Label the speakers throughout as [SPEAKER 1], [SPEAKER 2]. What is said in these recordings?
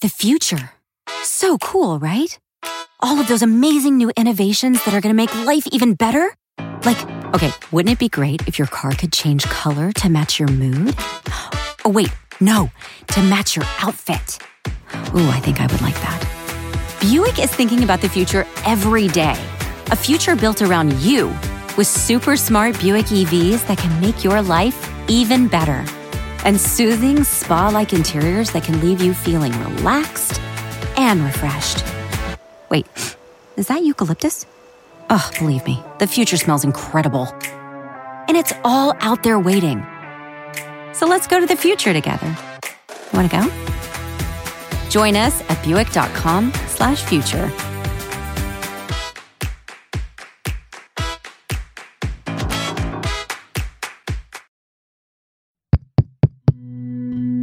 [SPEAKER 1] The future. So cool, right? All of those amazing new innovations that are going to make life even better? Like, okay, wouldn't it be great if your car could change color to match your mood? Oh, wait, no, to match your outfit. Ooh, I think I would like that. Buick is thinking about the future every day. A future built around you with super smart Buick EVs that can make your life even better and soothing spa like interiors that can leave you feeling relaxed and refreshed. Wait, is that eucalyptus? Oh, believe me, the future smells incredible. And it's all out there waiting. So let's go to the future together. Want to go? Join us at buick.com slash future.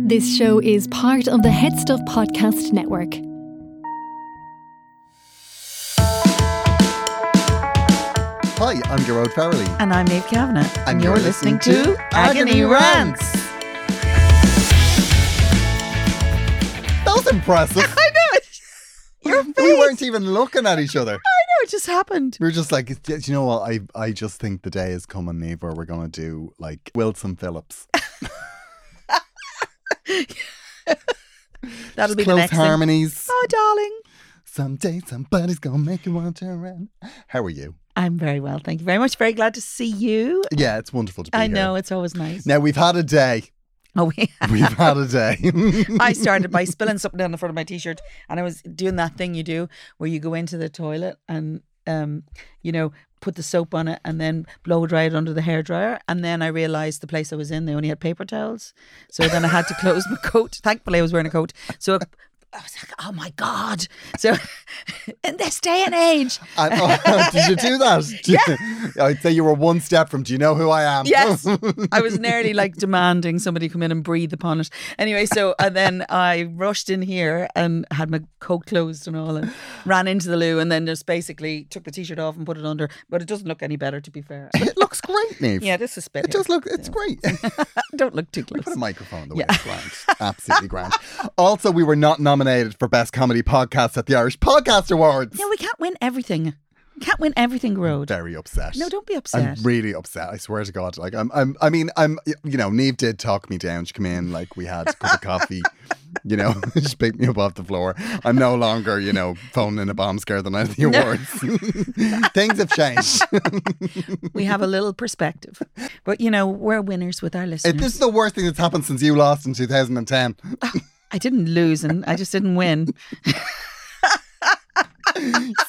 [SPEAKER 2] This show is part of the Head Stuff Podcast Network.
[SPEAKER 3] Hi, I'm Gerard Farrelly.
[SPEAKER 4] And I'm Neve Kavanagh.
[SPEAKER 3] And, and you're, you're listening, listening, to Agony, Agony Rants. That was impressive.
[SPEAKER 4] I know. Your face.
[SPEAKER 3] We weren't even looking at each other. I
[SPEAKER 4] know, it just happened.
[SPEAKER 3] We were just like, do you know what? I, I just think the day is coming, Neve, where we're going to do like Wilson Phillips.
[SPEAKER 4] That'll Just be
[SPEAKER 3] close harmonies.
[SPEAKER 4] Thing. Oh, darling.
[SPEAKER 3] Someday somebody's gonna make you want to run. How are you?
[SPEAKER 4] I'm very well, thank you very much. Very glad to see you.
[SPEAKER 3] Yeah, it's wonderful to be
[SPEAKER 4] I
[SPEAKER 3] here.
[SPEAKER 4] know it's always nice.
[SPEAKER 3] Now we've had a day.
[SPEAKER 4] Oh, we have.
[SPEAKER 3] we've had a day.
[SPEAKER 4] I started by spilling something down the front of my t-shirt, and I was doing that thing you do where you go into the toilet and um, you know, put the soap on it and then blow dry it under the hair dryer. And then I realized the place I was in, they only had paper towels. So then I had to close my coat. Thankfully, I was wearing a coat. So I was like, oh my God. So in this day and age.
[SPEAKER 3] I, oh, did you do that? Did yeah. You, I'd say you were one step from, do you know who I am?
[SPEAKER 4] Yes. I was nearly like demanding somebody come in and breathe upon it. Anyway, so and then I rushed in here and had my coat closed and all and ran into the loo and then just basically took the t shirt off and put it under. But it doesn't look any better, to be fair.
[SPEAKER 3] It looks great, Neve.
[SPEAKER 4] Yeah, this is spit.
[SPEAKER 3] It does look, it's yeah. great.
[SPEAKER 4] Don't look too close. We
[SPEAKER 3] put a microphone in the way yeah. it's grand. Absolutely grand. Also, we were not nominated nominated for Best Comedy Podcast at the Irish Podcast Awards.
[SPEAKER 4] Yeah, we can't win everything. We can't win everything, Road.
[SPEAKER 3] Very upset.
[SPEAKER 4] No, don't be upset.
[SPEAKER 3] I'm really upset. I swear to God. Like I'm, I'm I mean, I'm. You know, Neve did talk me down. She came in like we had a cup of coffee. You know, she picked me up off the floor. I'm no longer, you know, phoning in a bomb scare the night of the awards. No. Things have changed.
[SPEAKER 4] we have a little perspective, but you know, we're winners with our listeners.
[SPEAKER 3] It, this is the worst thing that's happened since you lost in 2010. Oh.
[SPEAKER 4] I didn't lose and I just didn't win.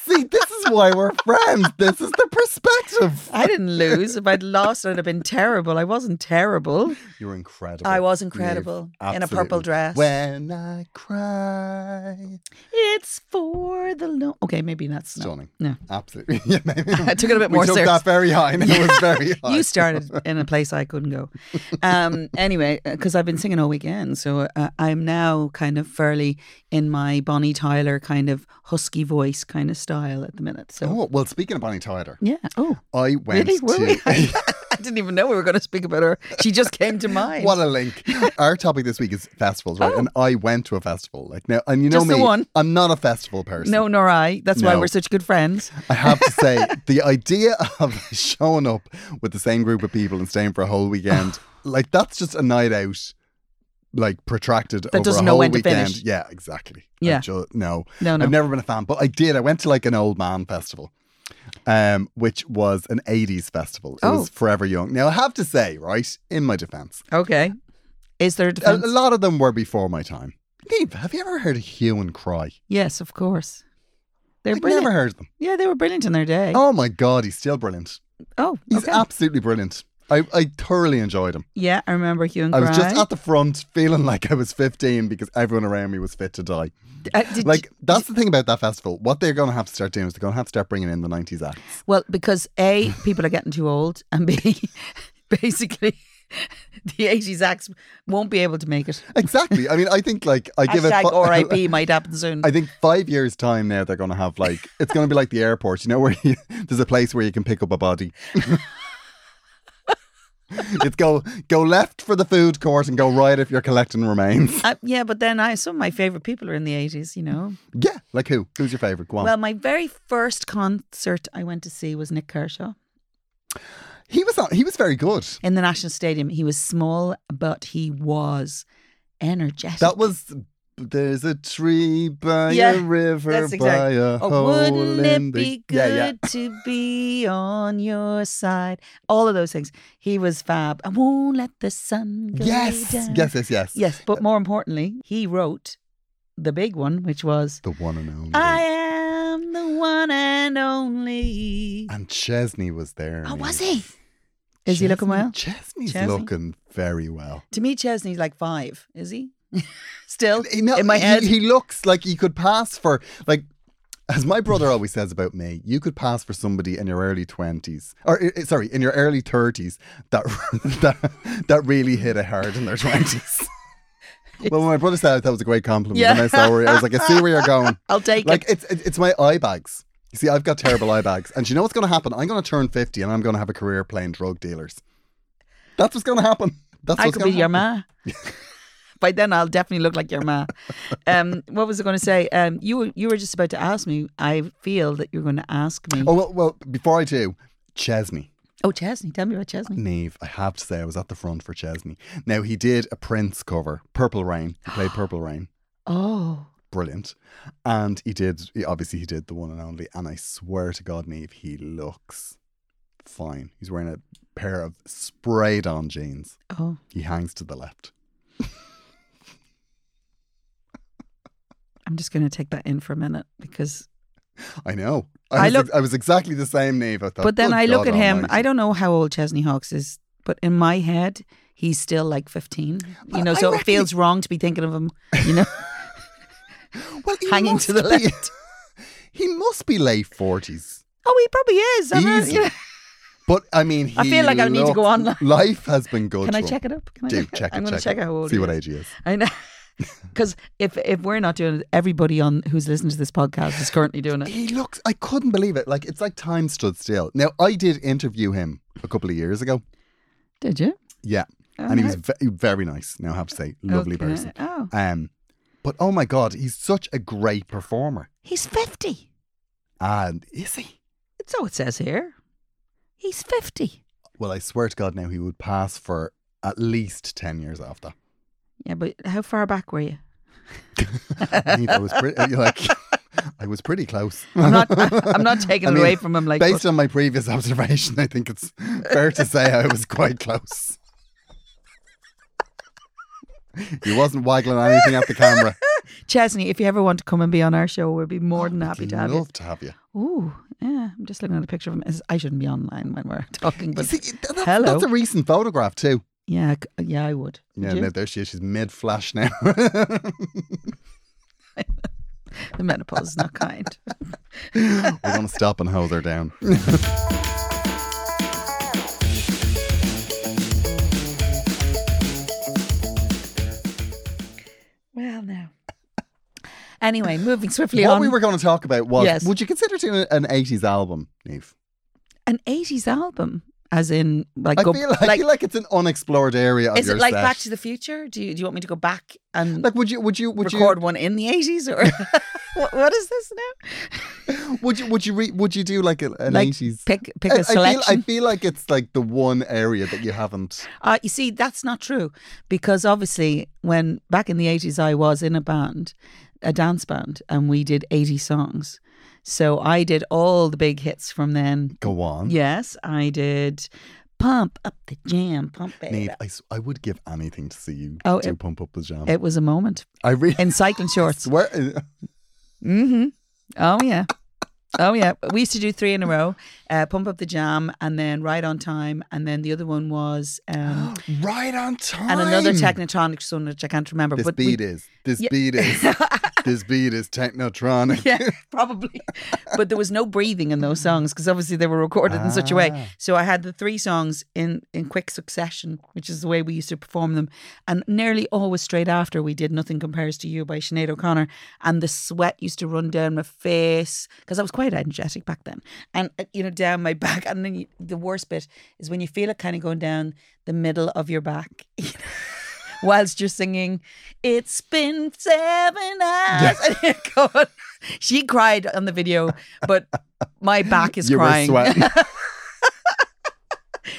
[SPEAKER 3] See, this is why we're friends. This is the perspective.
[SPEAKER 4] I didn't lose. If I'd lost, I'd have been terrible. I wasn't terrible.
[SPEAKER 3] You're incredible.
[SPEAKER 4] I was incredible in a purple dress.
[SPEAKER 3] When I cry,
[SPEAKER 4] it's for the lo- Okay, maybe not.
[SPEAKER 3] Stunning.
[SPEAKER 4] No,
[SPEAKER 3] absolutely. Yeah, maybe.
[SPEAKER 4] I took it a bit more.
[SPEAKER 3] We took
[SPEAKER 4] serious.
[SPEAKER 3] that very high, and it was very high.
[SPEAKER 4] you started in a place I couldn't go. Um, anyway, because I've been singing all weekend, so uh, I'm now kind of fairly in my Bonnie Tyler kind of husky voice kind of style at the minute. So,
[SPEAKER 3] oh, well, speaking of Bonnie Tyler,
[SPEAKER 4] yeah, oh,
[SPEAKER 3] I went really? to.
[SPEAKER 4] were We? I didn't even know we were going to speak about her. She just came to mind.
[SPEAKER 3] what a link! Our topic this week is festivals, right? Oh. And I went to a festival, like now, and you know
[SPEAKER 4] just
[SPEAKER 3] me,
[SPEAKER 4] the one.
[SPEAKER 3] I'm not a festival person.
[SPEAKER 4] No, nor I. That's no. why we're such good friends.
[SPEAKER 3] I have to say, the idea of showing up with the same group of people and staying for a whole weekend, like that's just a night out like protracted
[SPEAKER 4] that
[SPEAKER 3] over
[SPEAKER 4] a
[SPEAKER 3] whole
[SPEAKER 4] when
[SPEAKER 3] weekend. Yeah, exactly.
[SPEAKER 4] Yeah,
[SPEAKER 3] just, no,
[SPEAKER 4] no, no.
[SPEAKER 3] I've never been a fan, but I did. I went to like an old man festival, um, which was an '80s festival. It
[SPEAKER 4] oh.
[SPEAKER 3] was forever young. Now I have to say, right, in my defense,
[SPEAKER 4] okay, is there a,
[SPEAKER 3] a, lot of them were before my time. Dave, have you ever heard of Hue and Cry?
[SPEAKER 4] Yes, of course. They're
[SPEAKER 3] I've
[SPEAKER 4] brilliant.
[SPEAKER 3] never heard them.
[SPEAKER 4] Yeah, they were brilliant in their day.
[SPEAKER 3] Oh my god, he's still brilliant.
[SPEAKER 4] Oh,
[SPEAKER 3] he's
[SPEAKER 4] okay.
[SPEAKER 3] absolutely brilliant. I, I thoroughly enjoyed them.
[SPEAKER 4] Yeah, I remember Hugh and
[SPEAKER 3] I was just
[SPEAKER 4] Cry.
[SPEAKER 3] at the front feeling like I was 15 because everyone around me was fit to die.
[SPEAKER 4] Uh, did
[SPEAKER 3] Like, that's the thing about that festival. What they're going to have to start doing is they're going to have to start bringing in the 90s acts.
[SPEAKER 4] Well, because A, people are getting too old, and B, basically, the 80s acts won't be able to make it.
[SPEAKER 3] Exactly. I mean, I think, like, I give it.
[SPEAKER 4] Hashtag
[SPEAKER 3] fi-
[SPEAKER 4] RIP might happen soon.
[SPEAKER 3] I think five years' time now, they're going to have, like, it's going to be like the airport, you know, where you, there's a place where you can pick up a body. it's go go left for the food court and go right if you're collecting remains.
[SPEAKER 4] Uh, yeah, but then I some of my favorite people are in the 80s, you know.
[SPEAKER 3] Yeah, like who? Who's your favorite? Go on.
[SPEAKER 4] Well, my very first concert I went to see was Nick Kershaw
[SPEAKER 3] he was not, he was very good.
[SPEAKER 4] in the National Stadium. He was small, but he was energetic.
[SPEAKER 3] That was. There's a tree by
[SPEAKER 4] Yeah,
[SPEAKER 3] a river
[SPEAKER 4] that's
[SPEAKER 3] by
[SPEAKER 4] exact-
[SPEAKER 3] a
[SPEAKER 4] Oh,
[SPEAKER 3] hole
[SPEAKER 4] wouldn't
[SPEAKER 3] in
[SPEAKER 4] it
[SPEAKER 3] the
[SPEAKER 4] be good
[SPEAKER 3] yeah yeah.
[SPEAKER 4] to be on your side? All of those things. He was fab. I won't let the sun go
[SPEAKER 3] Yes,
[SPEAKER 4] down.
[SPEAKER 3] yes, yes, yes,
[SPEAKER 4] Yes, but more importantly, he wrote the big one, which was
[SPEAKER 3] The one and only.
[SPEAKER 4] I am the one and only.
[SPEAKER 3] and Chesney was there.
[SPEAKER 4] Oh,
[SPEAKER 3] man.
[SPEAKER 4] was he? Is he looking
[SPEAKER 3] Chesney-
[SPEAKER 4] well?
[SPEAKER 3] Chesney's
[SPEAKER 4] Chesney?
[SPEAKER 3] looking very well.
[SPEAKER 4] To me, Chesney's like five, is he? Still
[SPEAKER 3] He- no,
[SPEAKER 4] in my
[SPEAKER 3] he-
[SPEAKER 4] head.
[SPEAKER 3] he looks like he could pass for like. As my brother always says about me, you could pass for somebody in your early twenties, or eh, eh, sorry, in your early thirties, that, that that really hit it hard in their twenties. well, when my brother said that, that was a great compliment.
[SPEAKER 4] Yeah.
[SPEAKER 3] And I saw where I was like, I see where you're going.
[SPEAKER 4] I'll take
[SPEAKER 3] like
[SPEAKER 4] it.
[SPEAKER 3] it's it's it's my eye bags. You see, I've got terrible eye bags, and you know what's going to happen? I'm going to turn fifty, and I'm going to have a career playing drug dealers. That's what's going to happen. That's
[SPEAKER 4] I
[SPEAKER 3] what's
[SPEAKER 4] could be
[SPEAKER 3] gonna
[SPEAKER 4] your
[SPEAKER 3] happen.
[SPEAKER 4] ma. By then, I'll definitely look like your ma. Um, what was I going to say? Um, you were- you were just about to ask me. I feel that you're going to ask me.
[SPEAKER 3] Oh
[SPEAKER 4] Oh,
[SPEAKER 3] well, well. Before I do, Chesney.
[SPEAKER 4] Chesney, tell me about Chesney.
[SPEAKER 3] Neve, I have to say, I was at the front for Chesney. Now, he did a Prince cover, Purple Rain. He played Purple Rain.
[SPEAKER 4] Oh,
[SPEAKER 3] Brilliant. And he did, he- obviously, he did the one and only. And I swear to God, Neve, he looks fine. He's wearing a pair of sprayed on jeans.
[SPEAKER 4] oh,
[SPEAKER 3] He hangs to the left.
[SPEAKER 4] I'm just going to take that in for a minute because.
[SPEAKER 3] I know.
[SPEAKER 4] I
[SPEAKER 3] I, was,
[SPEAKER 4] look-
[SPEAKER 3] I was exactly the same, Neve. I thought,
[SPEAKER 4] but then
[SPEAKER 3] "Good
[SPEAKER 4] I look
[SPEAKER 3] God
[SPEAKER 4] at him. I
[SPEAKER 3] almighty."
[SPEAKER 4] don't know how old Chesney Hawks is, but in my head, he's still like 15. You
[SPEAKER 3] I-
[SPEAKER 4] know,
[SPEAKER 3] I
[SPEAKER 4] so it
[SPEAKER 3] reckon-
[SPEAKER 4] feels wrong to be thinking of him. You know,
[SPEAKER 3] Well, he
[SPEAKER 4] hanging
[SPEAKER 3] must
[SPEAKER 4] to the
[SPEAKER 3] be-
[SPEAKER 4] left.
[SPEAKER 3] he must be late 40s.
[SPEAKER 4] oh, he probably is. I don't-
[SPEAKER 3] Easy.
[SPEAKER 4] you know.
[SPEAKER 3] But I mean,
[SPEAKER 4] I
[SPEAKER 3] he
[SPEAKER 4] feel like I need to go
[SPEAKER 3] looks-
[SPEAKER 4] online.
[SPEAKER 3] Life has been good.
[SPEAKER 4] Can I
[SPEAKER 3] to him.
[SPEAKER 4] check it up? Can I
[SPEAKER 3] Oh, Do
[SPEAKER 4] check it?
[SPEAKER 3] check it.
[SPEAKER 4] I'm going to
[SPEAKER 3] check
[SPEAKER 4] check
[SPEAKER 3] it.
[SPEAKER 4] out how old
[SPEAKER 3] See
[SPEAKER 4] he
[SPEAKER 3] what
[SPEAKER 4] is.
[SPEAKER 3] age he is.
[SPEAKER 4] I know. Because if if we're not doing it, everybody on who's listening to this podcast is currently doing it.
[SPEAKER 3] He looks. I couldn't believe it. Like it's like time stood still. Now I did interview him a couple of years ago.
[SPEAKER 4] Did you?
[SPEAKER 3] Yeah, and he was ve- very nice. Now I have to say, lovely
[SPEAKER 4] Okay.
[SPEAKER 3] person.
[SPEAKER 4] Oh,
[SPEAKER 3] Um, but oh my god, he's such a great performer.
[SPEAKER 4] he's fifty.
[SPEAKER 3] And is he?
[SPEAKER 4] So it says here. He's fifty.
[SPEAKER 3] Well, I swear to God, now he would pass for at least ten years after.
[SPEAKER 4] Yeah, but how far back were you?
[SPEAKER 3] Neither I was pretty like I was pretty close.
[SPEAKER 4] I'm not. I'm not taking
[SPEAKER 3] I
[SPEAKER 4] it
[SPEAKER 3] mean,
[SPEAKER 4] away from him. Like,
[SPEAKER 3] Based on my previous observation, I think it's fair to say I was quite close. He wasn't waggling anything at the camera.
[SPEAKER 4] Chesney, if you ever want to come and be on our show, we'll be more than happy
[SPEAKER 3] I'd
[SPEAKER 4] to have you.
[SPEAKER 3] love to have you.
[SPEAKER 4] Ooh, yeah. I'm just looking at a picture of him. It's- I shouldn't be online when we're talking,
[SPEAKER 3] You
[SPEAKER 4] but
[SPEAKER 3] see, that- that's,
[SPEAKER 4] hello.
[SPEAKER 3] that's a recent photograph too.
[SPEAKER 4] yeah, c- yeah, I would.
[SPEAKER 3] Yeah,
[SPEAKER 4] Would you?
[SPEAKER 3] no, there she is. She's mid flash now.
[SPEAKER 4] the menopause is not kind.
[SPEAKER 3] We're gonna stop and hold her down.
[SPEAKER 4] Well, now. Anyway, moving swiftly
[SPEAKER 3] what
[SPEAKER 4] on.
[SPEAKER 3] we were going to talk about was:
[SPEAKER 4] Yes.
[SPEAKER 3] Would you consider doing an '80s album, Neve?
[SPEAKER 4] an eighties album, as in like
[SPEAKER 3] I
[SPEAKER 4] go
[SPEAKER 3] feel like, I
[SPEAKER 4] like
[SPEAKER 3] feel like it's an unexplored area of
[SPEAKER 4] is
[SPEAKER 3] your
[SPEAKER 4] it like
[SPEAKER 3] set.
[SPEAKER 4] Back to the Future? Do you do you want me to go back and
[SPEAKER 3] like, would you would you would
[SPEAKER 4] record one in the eighties or what, what is this now?
[SPEAKER 3] you would you would you re, would you do like a, an
[SPEAKER 4] Like,
[SPEAKER 3] 80s
[SPEAKER 4] Pick pick
[SPEAKER 3] I-
[SPEAKER 4] a selection.
[SPEAKER 3] I feel, I feel like it's like the one area that you haven't.
[SPEAKER 4] Uh, you see, that's not true because obviously, when back in the eighties, I was in a band, a dance band, and we did eighty songs. So I did all the big hits from then.
[SPEAKER 3] Go on.
[SPEAKER 4] Yes, I did. Pump up the jam, pump it.
[SPEAKER 3] Nave,
[SPEAKER 4] up.
[SPEAKER 3] I, s- I would give anything to see you
[SPEAKER 4] Oh,
[SPEAKER 3] do
[SPEAKER 4] it-
[SPEAKER 3] pump up the jam.
[SPEAKER 4] It was a moment
[SPEAKER 3] I really
[SPEAKER 4] in cycling shorts.
[SPEAKER 3] swear.
[SPEAKER 4] Mm-hmm. Oh yeah. Oh yeah, we used to do three in a row. Uh, pump up the jam, and then right on time, and then the other one was um,
[SPEAKER 3] right on time.
[SPEAKER 4] and another technotronic one which I can't remember.
[SPEAKER 3] This
[SPEAKER 4] but we-
[SPEAKER 3] beat is. This beat is. this beat is technotronic.
[SPEAKER 4] yeah, probably. but there was no breathing in those songs because obviously they were recorded in such a way. So I had the three songs in in quick succession, which is the way we used to perform them. And nearly always straight after we did "Nothing Compares to You" by Sinead O'Connor, and the sweat used to run down my face because I was quite energetic back then, and uh, you know down my back. And then you, the worst bit is when you feel it kind of going down the middle of your back. you know, Whilst you're singing, it's been seven hours. And you're going, she cried on the video, but my back is
[SPEAKER 3] you
[SPEAKER 4] crying.
[SPEAKER 3] were sweating.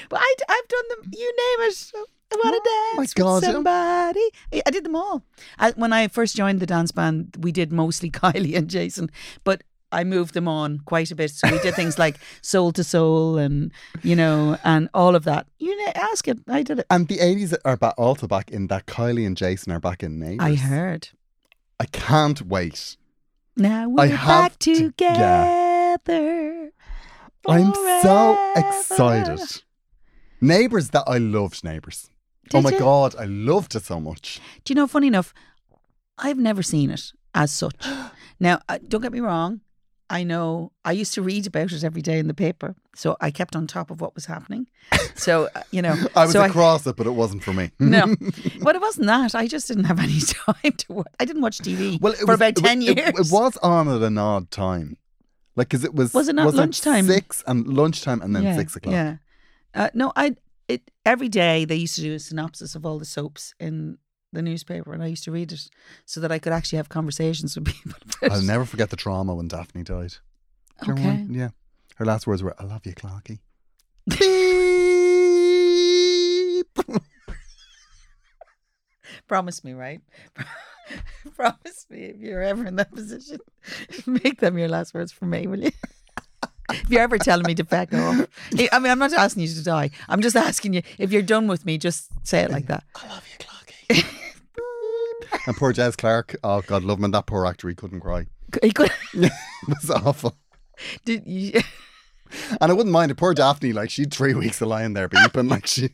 [SPEAKER 4] But I, have done them. You name it. I want to
[SPEAKER 3] Oh my
[SPEAKER 4] dance
[SPEAKER 3] God.
[SPEAKER 4] with somebody. I- I did them all. I, when I first joined the dance band, we did mostly Kylie and Jason, but I moved them on quite a bit. So we did things like Soul to Soul and you know, and all of that. You know, ask it. I did it.
[SPEAKER 3] and the 80s are ba- also back in that Kylie and Jason are back in neighbors.
[SPEAKER 4] I heard.
[SPEAKER 3] I can't wait.
[SPEAKER 4] Now we're
[SPEAKER 3] have
[SPEAKER 4] back
[SPEAKER 3] to-
[SPEAKER 4] together.
[SPEAKER 3] I'm so
[SPEAKER 4] forever.
[SPEAKER 3] excited. Neighbors that I loved neighbors. oh
[SPEAKER 4] Did
[SPEAKER 3] my
[SPEAKER 4] you?
[SPEAKER 3] god, I loved it so much.
[SPEAKER 4] Do you know, funny enough, I've never seen it as such. now, uh, don't get me wrong. I know I used to read about it every day in the paper. So I kept on top of what was happening. So, uh, you know,
[SPEAKER 3] I was
[SPEAKER 4] so
[SPEAKER 3] across it, but it wasn't for me.
[SPEAKER 4] no, but it wasn't that. I just didn't have any time to watch. I didn't watch TV
[SPEAKER 3] Well, it
[SPEAKER 4] for
[SPEAKER 3] was,
[SPEAKER 4] about
[SPEAKER 3] it wa-
[SPEAKER 4] 10
[SPEAKER 3] it-
[SPEAKER 4] years.
[SPEAKER 3] It, was on at an odd time. Like, because it was.
[SPEAKER 4] Was it not lunchtime?
[SPEAKER 3] Six and lunchtime and then six o'clock.
[SPEAKER 4] Yeah. Uh, no, I it every day they used to do a synopsis of all the soaps in the newspaper, and I used to read it so that I could actually have conversations with people. about
[SPEAKER 3] I'll
[SPEAKER 4] it.
[SPEAKER 3] never forget the trauma when Daphne died. Do you remember
[SPEAKER 4] Okay.
[SPEAKER 3] when- Yeah. Her last words were, I love you, Clarky.
[SPEAKER 4] Promise me, right? Promise me if you're ever in that position, make them your last words for me, will you? if you're ever telling me to back off, I I mean, I'm not asking you to die. I'm just asking you if you're done with me, just say it like that.
[SPEAKER 3] and poor Jez Clark, oh God, love him. And that poor actor, he couldn't cry.
[SPEAKER 4] He could-
[SPEAKER 3] It was awful.
[SPEAKER 4] Did you-
[SPEAKER 3] And I wouldn't mind it. Poor Daphne, like she had three weeks of lying there beeping, like she.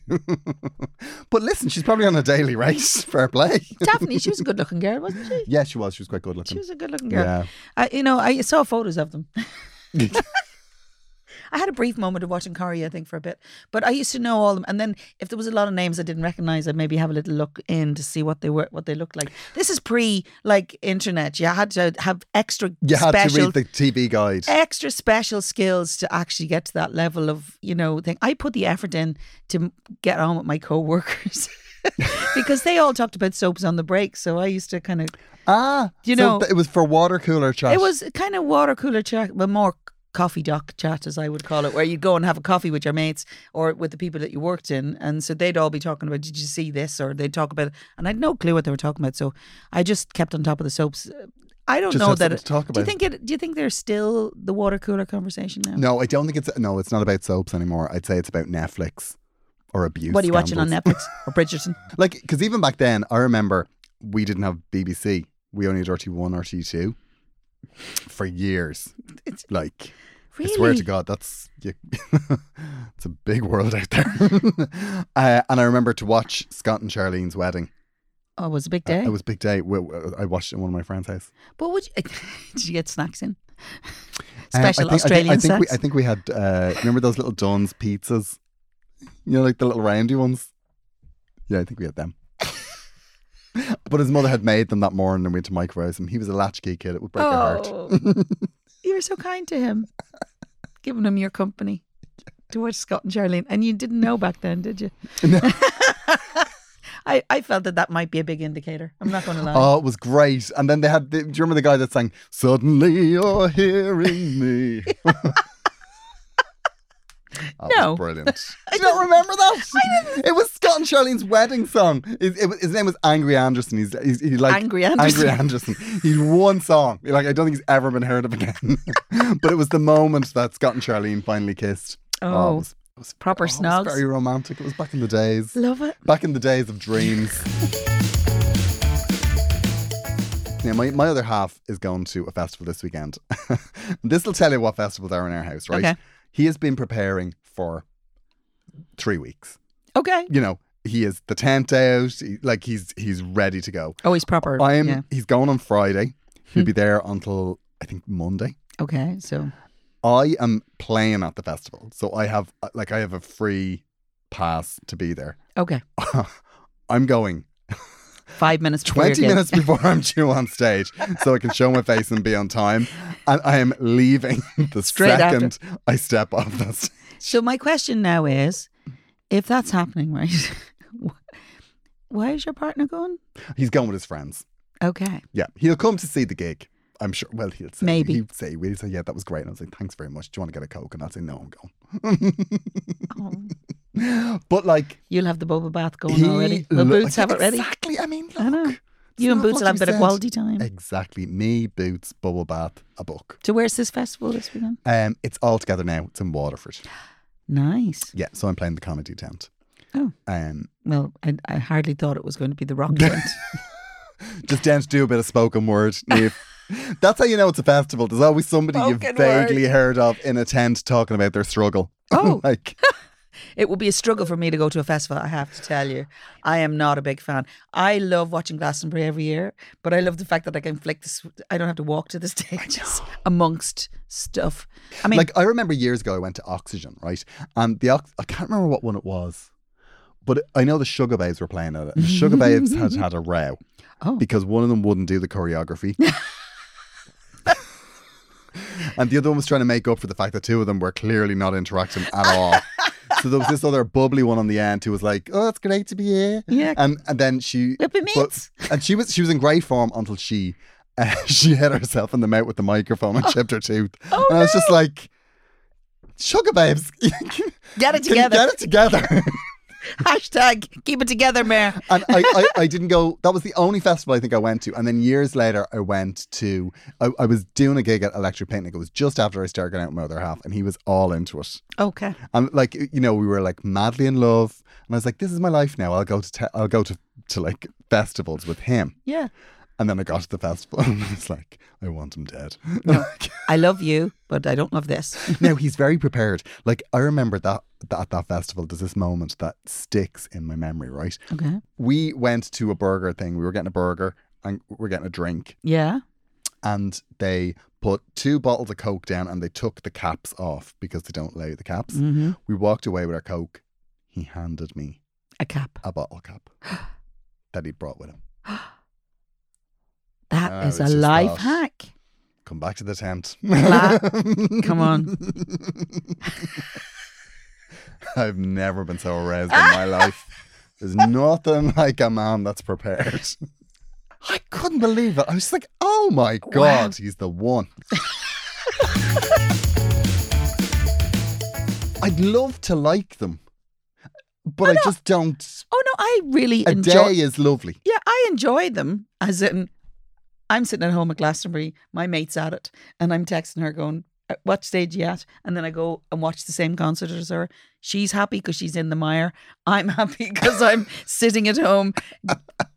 [SPEAKER 3] but listen, she's probably on a daily race. Fair play.
[SPEAKER 4] Daphne, she was a good-looking girl, wasn't she?
[SPEAKER 3] yeah, she was. She was quite good looking.
[SPEAKER 4] She was a good-looking girl.
[SPEAKER 3] Yeah.
[SPEAKER 4] I, you know, I saw photos of them. I had a brief moment of watching Corrie, I think, for a bit, but I used to know all of them. And then if there was a lot of names I didn't recognize, I'd maybe have a little look in to see what they were, what they looked like. This is pre like internet. You had to have extra
[SPEAKER 3] You had
[SPEAKER 4] special. Eh,
[SPEAKER 3] to read the TV guide.
[SPEAKER 4] Extra special skills to actually get to that level of, you know, thing. I put the effort in to m- get on with my co workers because they all talked about soaps on the break. So I used to kind of
[SPEAKER 3] Ah,
[SPEAKER 4] You
[SPEAKER 3] so
[SPEAKER 4] know-
[SPEAKER 3] th- it was for water cooler chat.
[SPEAKER 4] it was kind of water cooler chat, but more c- coffee dock chat, as I would call it, where you'd go and have a coffee with your mates or with the people that you worked in. And so they'd all be talking about, did you see this? Or they'd talk about, and I'd no clue what they were talking about. So I just kept on top of the soaps. I don't
[SPEAKER 3] Just
[SPEAKER 4] know
[SPEAKER 3] have
[SPEAKER 4] that.
[SPEAKER 3] something to talk
[SPEAKER 4] Do you
[SPEAKER 3] about.
[SPEAKER 4] think it? Do you think there's still the water cooler conversation now?
[SPEAKER 3] No, I don't think it's. No, it's not about soaps anymore. I'd say it's about Netflix or abuse.
[SPEAKER 4] What are you watching on
[SPEAKER 3] scandals.
[SPEAKER 4] Netflix or Bridgerton?
[SPEAKER 3] Like, because even back then, I remember we didn't have BBC. We only had RT1, RT2 for years.
[SPEAKER 4] It's-
[SPEAKER 3] like,
[SPEAKER 4] Really?
[SPEAKER 3] I swear to God, that's you, it's a big world out there. uh, and I remember to watch Scott and Charlene's wedding.
[SPEAKER 4] Oh, it was a big day.
[SPEAKER 3] It was a big day. We- we- I watched it in one of my friends' house.
[SPEAKER 4] but would you, did you get snacks in?
[SPEAKER 3] Um, I
[SPEAKER 4] Special
[SPEAKER 3] think- I think-
[SPEAKER 4] Australian
[SPEAKER 3] I think,
[SPEAKER 4] snacks.
[SPEAKER 3] we, I think we had. Uh, remember those little Don's pizzas? You know, like the little roundy ones. Yeah, I think we had them. but his mother had made them that morning, and we had to microwave them. He was a latchkey kid; it would break your heart.
[SPEAKER 4] Oh. you were so kind to him, giving him your company to watch Scott and Charlene. And you didn't know back then, did you? I, I felt that that might be a big indicator. I'm not going to lie.
[SPEAKER 3] Oh, it was great! And then they had. The, do you remember the guy that sang "Suddenly You're Hearing Me"? That was
[SPEAKER 4] No.
[SPEAKER 3] brilliant. Do you not remember that? It was Scott and Charlene's wedding song. His, it was- his name was Angry Anderson. He's, he's he like
[SPEAKER 4] Angry Anderson.
[SPEAKER 3] Angry Anderson. He's one song. Like I don't think he's ever been heard of again. but it was the moment that Scott and Charlene finally kissed.
[SPEAKER 4] Oh,
[SPEAKER 3] it was, it was
[SPEAKER 4] proper
[SPEAKER 3] oh, it was
[SPEAKER 4] snogs.
[SPEAKER 3] very romantic. It was back in the days.
[SPEAKER 4] Love it.
[SPEAKER 3] Back in the days of dreams. Now, my, my other half is going to a festival this weekend. this will tell you what festivals are in our house, right?
[SPEAKER 4] Okay.
[SPEAKER 3] He has been preparing for three weeks.
[SPEAKER 4] Okay.
[SPEAKER 3] You know, he is the tent out, he- like he's he's ready to go.
[SPEAKER 4] Oh, he's proper.
[SPEAKER 3] I'm
[SPEAKER 4] yeah. Hmm.
[SPEAKER 3] he's going on Friday. He'll be there until I think Monday.
[SPEAKER 4] Okay. So
[SPEAKER 3] I am playing at the festival, so I have like I have a free pass to be there.
[SPEAKER 4] okay,
[SPEAKER 3] I'm going
[SPEAKER 4] five minutes. before your
[SPEAKER 3] 20
[SPEAKER 4] gig.
[SPEAKER 3] minutes before I'm due on stage so I can show my face and be on time. And I am leaving the
[SPEAKER 4] Straight after.
[SPEAKER 3] second I step off that stage.
[SPEAKER 4] So my question now is, if that's happening, right? wh- Why is your partner going?
[SPEAKER 3] He's going with his friends.
[SPEAKER 4] Okay.
[SPEAKER 3] Yeah, he'll come to see the gig. I'm sure. Well, he'll say,
[SPEAKER 4] Maybe.
[SPEAKER 3] He'll say, we'll say, yeah, that was great. And I was like, thanks very much. Do you want to get a Coke? And I'll say, no, I'm
[SPEAKER 4] Oh,
[SPEAKER 3] going. But like,
[SPEAKER 4] you'll have the bubble bath going
[SPEAKER 3] he
[SPEAKER 4] already. Will
[SPEAKER 3] lo-
[SPEAKER 4] Boots have it ready?
[SPEAKER 3] Exactly. I mean, look.
[SPEAKER 4] I know.
[SPEAKER 3] It's
[SPEAKER 4] You and
[SPEAKER 3] not
[SPEAKER 4] Boots will
[SPEAKER 3] what
[SPEAKER 4] have a
[SPEAKER 3] you
[SPEAKER 4] bit of
[SPEAKER 3] said.
[SPEAKER 4] quality time.
[SPEAKER 3] Exactly. Me, Boots, Bubble Bath, a book.
[SPEAKER 4] So where's this festival this weekend?
[SPEAKER 3] Um, it's all together now. It's in Waterford.
[SPEAKER 4] Nice.
[SPEAKER 3] Yeah, so I'm playing the comedy tent.
[SPEAKER 4] Oh.
[SPEAKER 3] Um,
[SPEAKER 4] Well, I, I hardly thought it was going to be the rock band.
[SPEAKER 3] just down to do a bit of spoken word. Niamh. That's how you know it's a festival. There's always somebody you've
[SPEAKER 4] Spoken word.
[SPEAKER 3] vaguely heard of in a tent talking about their struggle.
[SPEAKER 4] Oh.
[SPEAKER 3] like
[SPEAKER 4] it would be a struggle for me to go to a festival. I have to tell you, I am not a big fan. I love watching Glastonbury every year, but I love the fact that I can flick this. I don't have to walk to the stages amongst stuff. I mean,
[SPEAKER 3] like I remember years ago I went to Oxygen, right? And the ox- I can't remember what one it was. But I know the Sugar Babes were playing at it. The Sugar Babes had had a row
[SPEAKER 4] oh,
[SPEAKER 3] because one of them wouldn't do the choreography. and the other one was trying to make up for the fact that two of them were clearly not interacting at all. so there was this other bubbly one on the end who was like, Oh, it's great to be here.
[SPEAKER 4] Yeah.
[SPEAKER 3] And and then she
[SPEAKER 4] Whippy
[SPEAKER 3] but-
[SPEAKER 4] meats.
[SPEAKER 3] and she was she was in great form until she uh, she hit herself in the mouth with the microphone and chipped her tooth.
[SPEAKER 4] Oh,
[SPEAKER 3] and I was just like Sugar babes,
[SPEAKER 4] get
[SPEAKER 3] can
[SPEAKER 4] it
[SPEAKER 3] you
[SPEAKER 4] together.
[SPEAKER 3] get it together.
[SPEAKER 4] Hashtag keep it together, Mayor.
[SPEAKER 3] and I, I, I didn't go. That was the only festival I think I went to. And then years later, I went to. I, I was doing a gig at Electric Picnic. It was just after I started getting out with my other half, and he was all into it.
[SPEAKER 4] Okay.
[SPEAKER 3] And like you know, we were like madly in love. And I was like, "This is my life now. I'll go to te- I'll go to to like festivals with him."
[SPEAKER 4] Yeah.
[SPEAKER 3] And then I got to the festival, and it's like, "I want him dead."
[SPEAKER 4] I love you, but I don't love this.
[SPEAKER 3] now he's very prepared. Like I remember that, that at that festival, there's this moment that sticks in my memory. Right,
[SPEAKER 4] Okay.
[SPEAKER 3] we went to a burger thing. We were getting a burger and we're getting a drink,
[SPEAKER 4] Yeah.
[SPEAKER 3] and they put two bottles of Coke down and they took the caps off because they don't allow you the caps.
[SPEAKER 4] hmm
[SPEAKER 3] We walked away with our Coke. He handed me
[SPEAKER 4] A cap.
[SPEAKER 3] a bottle cap that he brought with him.
[SPEAKER 4] That
[SPEAKER 3] Oh,
[SPEAKER 4] is
[SPEAKER 3] it's
[SPEAKER 4] a
[SPEAKER 3] just
[SPEAKER 4] life
[SPEAKER 3] us.
[SPEAKER 4] hack.
[SPEAKER 3] Come back to the tent.
[SPEAKER 4] La- Come on.
[SPEAKER 3] I've never been so aroused in my life. There's nothing like a man that's prepared. I couldn't believe it. I was like, oh my God, he's the one. I'd love to like them, but I just don't.
[SPEAKER 4] Oh no, I really
[SPEAKER 3] A
[SPEAKER 4] enjoy.
[SPEAKER 3] day is lovely.
[SPEAKER 4] Yeah, I enjoy them. As in, I'm sitting at home at Glastonbury, my mate's at it, and I'm texting her going, "Uh, "What stage you at?" And then I go and watch the same concert as her. She's happy because she's in the mire. I'm happy because I'm sitting at home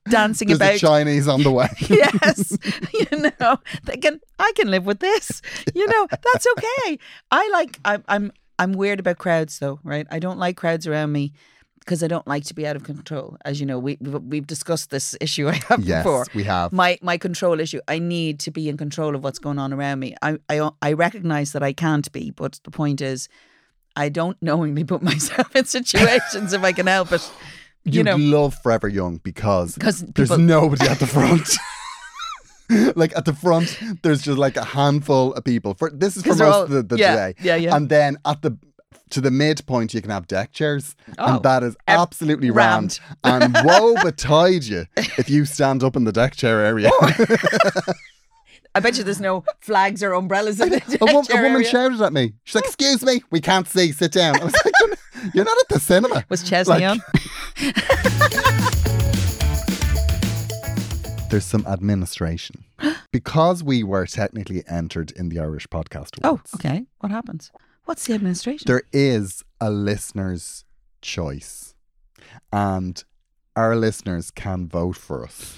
[SPEAKER 4] dancing
[SPEAKER 3] There's a
[SPEAKER 4] about.
[SPEAKER 3] Chinese on the way.
[SPEAKER 4] yes, you know, thinking I can live with this. You know, that's okay. I like. I'm. I'm. I'm weird about crowds, though. Right? I don't like crowds around me because I don't like to be out of control. As you know, we we've, we've discussed this issue I have
[SPEAKER 3] yes,
[SPEAKER 4] before.
[SPEAKER 3] we have.
[SPEAKER 4] My my control issue. I need to be in control of what's going on around me. I I I recognize that I can't be, but the point is, I don't knowingly put myself in situations if I can help it. You
[SPEAKER 3] You'd
[SPEAKER 4] know,
[SPEAKER 3] love Forever Young because
[SPEAKER 4] 'Cause
[SPEAKER 3] there's
[SPEAKER 4] people-
[SPEAKER 3] nobody at the front. like at the front, there's just like a handful of people. For this is for
[SPEAKER 4] 'Cause they're
[SPEAKER 3] most
[SPEAKER 4] all-
[SPEAKER 3] of the, the
[SPEAKER 4] yeah,
[SPEAKER 3] day.
[SPEAKER 4] yeah, yeah.
[SPEAKER 3] And then at the to the midpoint, you can have deck chairs,
[SPEAKER 4] Oh,
[SPEAKER 3] and that is
[SPEAKER 4] ev-
[SPEAKER 3] absolutely
[SPEAKER 4] rammed.
[SPEAKER 3] rammed. and woe betide you if you stand up in the deck chair area.
[SPEAKER 4] Oh, I bet you there's no flags or umbrellas in it.
[SPEAKER 3] a, wo- a woman shouted at me. She's like, "Excuse me, we can't see. Sit down." I was like, "You're not- "You're not at the cinema."
[SPEAKER 4] Was Chesney
[SPEAKER 3] Like-
[SPEAKER 4] on?
[SPEAKER 3] there's some administration because we were technically entered in the Irish Podcast
[SPEAKER 4] Oh,
[SPEAKER 3] Awards.
[SPEAKER 4] okay. What happens? What's the administration?
[SPEAKER 3] There is a listener's choice, and our listeners can vote for us.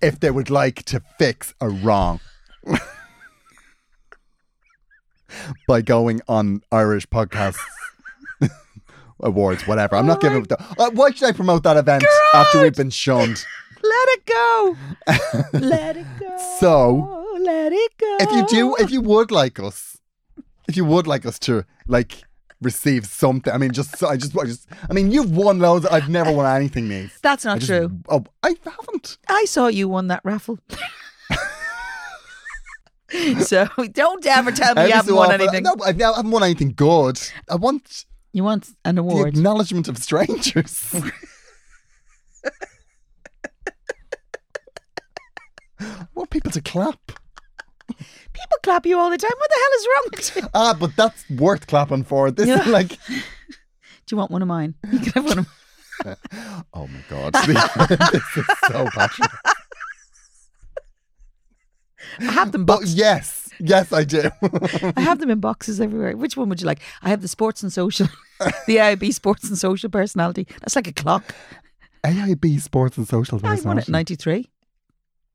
[SPEAKER 3] if they would like to fix a wrong by going on Irish podcasts awards, whatever.
[SPEAKER 4] Oh
[SPEAKER 3] I'm not giving up. The, uh, why should I promote that event after we've been shunned?
[SPEAKER 4] Let it go. let it go.
[SPEAKER 3] So,
[SPEAKER 4] Oh, let it go.
[SPEAKER 3] if you do, if you would like us, if you would like us to like receive something, I mean, just I just I just I mean, you've won loads. I've never won anything, Neve.
[SPEAKER 4] That's
[SPEAKER 3] I
[SPEAKER 4] not
[SPEAKER 3] just-
[SPEAKER 4] true.
[SPEAKER 3] Oh, I haven't.
[SPEAKER 4] I saw you won that raffle. so don't ever tell me
[SPEAKER 3] Every
[SPEAKER 4] you haven't
[SPEAKER 3] so
[SPEAKER 4] won
[SPEAKER 3] often-
[SPEAKER 4] anything.
[SPEAKER 3] No, I've, I haven't won anything good. I want
[SPEAKER 4] You want an
[SPEAKER 3] the
[SPEAKER 4] award.
[SPEAKER 3] acknowledgement of strangers. I want people to clap.
[SPEAKER 4] People clap you all the time. What the hell is wrong with you?
[SPEAKER 3] Ah, but that's worth clapping for. This is
[SPEAKER 4] Yeah.
[SPEAKER 3] like,
[SPEAKER 4] Do you want one of mine? You can have one of mine.
[SPEAKER 3] oh my god, this is so passionate.
[SPEAKER 4] I have them
[SPEAKER 3] But
[SPEAKER 4] boxed.
[SPEAKER 3] yes, yes, I do.
[SPEAKER 4] I have them in boxes everywhere. Which one would you like? I have the sports and social, the AIB sports and social personality. That's like a clock.
[SPEAKER 3] AIB Sports and Social
[SPEAKER 4] I won it
[SPEAKER 3] Personality.
[SPEAKER 4] in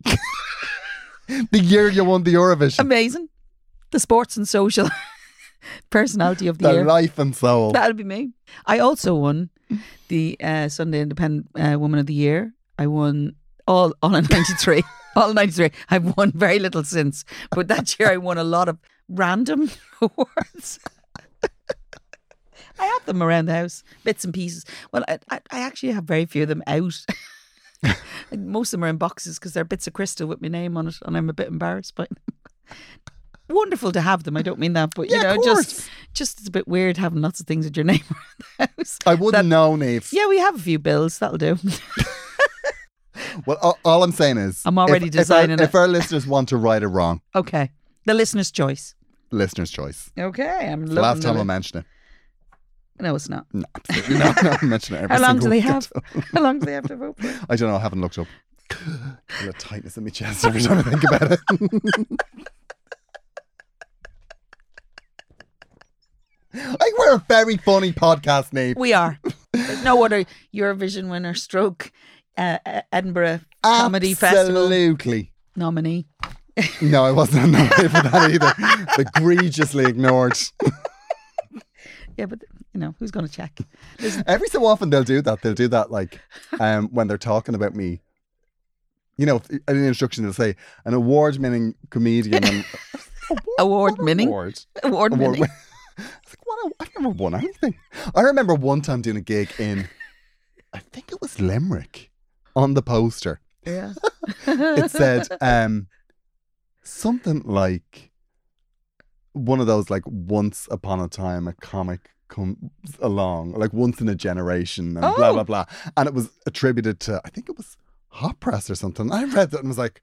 [SPEAKER 4] 93.
[SPEAKER 3] The year you won the Eurovision,
[SPEAKER 4] Amazing. The sports and social personality of the,
[SPEAKER 3] the
[SPEAKER 4] year.
[SPEAKER 3] life and soul.
[SPEAKER 4] That'll be me. I also won the uh, Sunday Independent uh, Woman of the Year. I won all all in '93. all in '93. I've won very little since, but that year I won a lot of random awards. I have them around the house, bits and pieces. Well, I, I, I actually have very few of them out. Most of them are in boxes because they're bits of crystal with my name on it, and I'm a bit embarrassed by them. Wonderful to have them. I don't mean that, but
[SPEAKER 3] Yeah,
[SPEAKER 4] you know,
[SPEAKER 3] of course.
[SPEAKER 4] just just it's a bit weird having lots of things with your name around the house.
[SPEAKER 3] I wouldn't know, Neve.
[SPEAKER 4] Yeah, we have a few bills. That'll do.
[SPEAKER 3] Well, all, all I'm saying is,
[SPEAKER 4] I'm already
[SPEAKER 3] if, if
[SPEAKER 4] designing it.
[SPEAKER 3] our, If our listeners want to right or wrong,
[SPEAKER 4] okay. The listener's choice.
[SPEAKER 3] listeners' choice.
[SPEAKER 4] Okay, I'm
[SPEAKER 3] The last
[SPEAKER 4] loving
[SPEAKER 3] time Mm, I
[SPEAKER 4] li-
[SPEAKER 3] mentioned it.
[SPEAKER 4] No, it's not.
[SPEAKER 3] No, absolutely not. No, I mention it every
[SPEAKER 4] How long do
[SPEAKER 3] single
[SPEAKER 4] they
[SPEAKER 3] week.
[SPEAKER 4] have? How long do they have to vote? For?
[SPEAKER 3] I don't know. I haven't looked up. I feel a tightness in my chest every time I think about it. I we're a very funny podcast name.
[SPEAKER 4] We are. There's no other Eurovision winner, stroke, uh, uh, Edinburgh Comedy Festival
[SPEAKER 3] Absolutely.
[SPEAKER 4] nominee.
[SPEAKER 3] No, I wasn't on the way for that either. Egregiously ignored.
[SPEAKER 4] Yeah, but you know who's going to check?
[SPEAKER 3] Every so often they'll do that. They'll do that like um, when they're talking about me. You know, in an instruction they'll say an award-winning comedian. And,
[SPEAKER 4] Award-winning?
[SPEAKER 3] Award. award
[SPEAKER 4] Award winning.
[SPEAKER 3] win- It's like, what? I've never won anything. I remember one time doing a gig in, I think it was Limerick, on the poster.
[SPEAKER 4] Yeah.
[SPEAKER 3] It said um, something like one of those, like, once upon a time a comic comes along, like once in a generation, and blah, blah,
[SPEAKER 4] Oh.
[SPEAKER 3] blah. And it was attributed to, I think it was Hot Press or something. I read that and was like,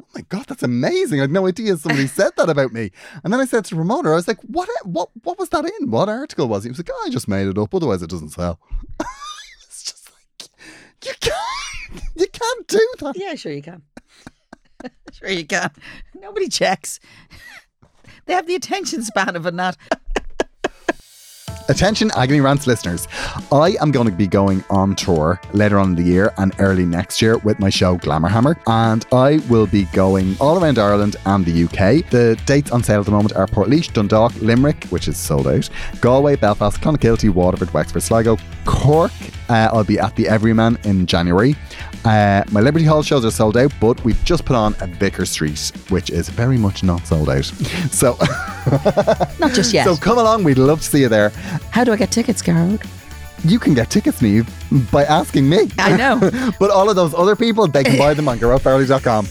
[SPEAKER 3] Oh my god, that's amazing! I had no idea somebody said that about me. And then I said to Ramona, I was like, "What? What? What was that in? What article was it?" He was like, oh, "I just made it up. Otherwise, it doesn't sell." it's just like you can't, you can't do that.
[SPEAKER 4] Yeah, sure you can. sure you can. Nobody checks. they have the attention span of a gnat.
[SPEAKER 3] Attention, Agony Rants listeners. I am going to be going on tour later on in the year and early next year with my show Glamour Hammer. And I will be going all around Ireland and the UK. The dates on sale at the moment are Portleash, Dundalk, Limerick, which is sold out, Galway, Belfast, Clonakilty, Waterford, Wexford, Sligo, Cork. Uh, I'll be at the Everyman in January. Uh, my Liberty Hall shows are sold out, but we've just put on at Vicker Street, which is very much not sold out. So,
[SPEAKER 4] Not just yet.
[SPEAKER 3] so come along, we'd love to see you there.
[SPEAKER 4] How do I get tickets, Garrod?
[SPEAKER 3] You can get tickets, Neve, by asking me.
[SPEAKER 4] I know.
[SPEAKER 3] but all of those other people, they can buy them on GarotFarley.com.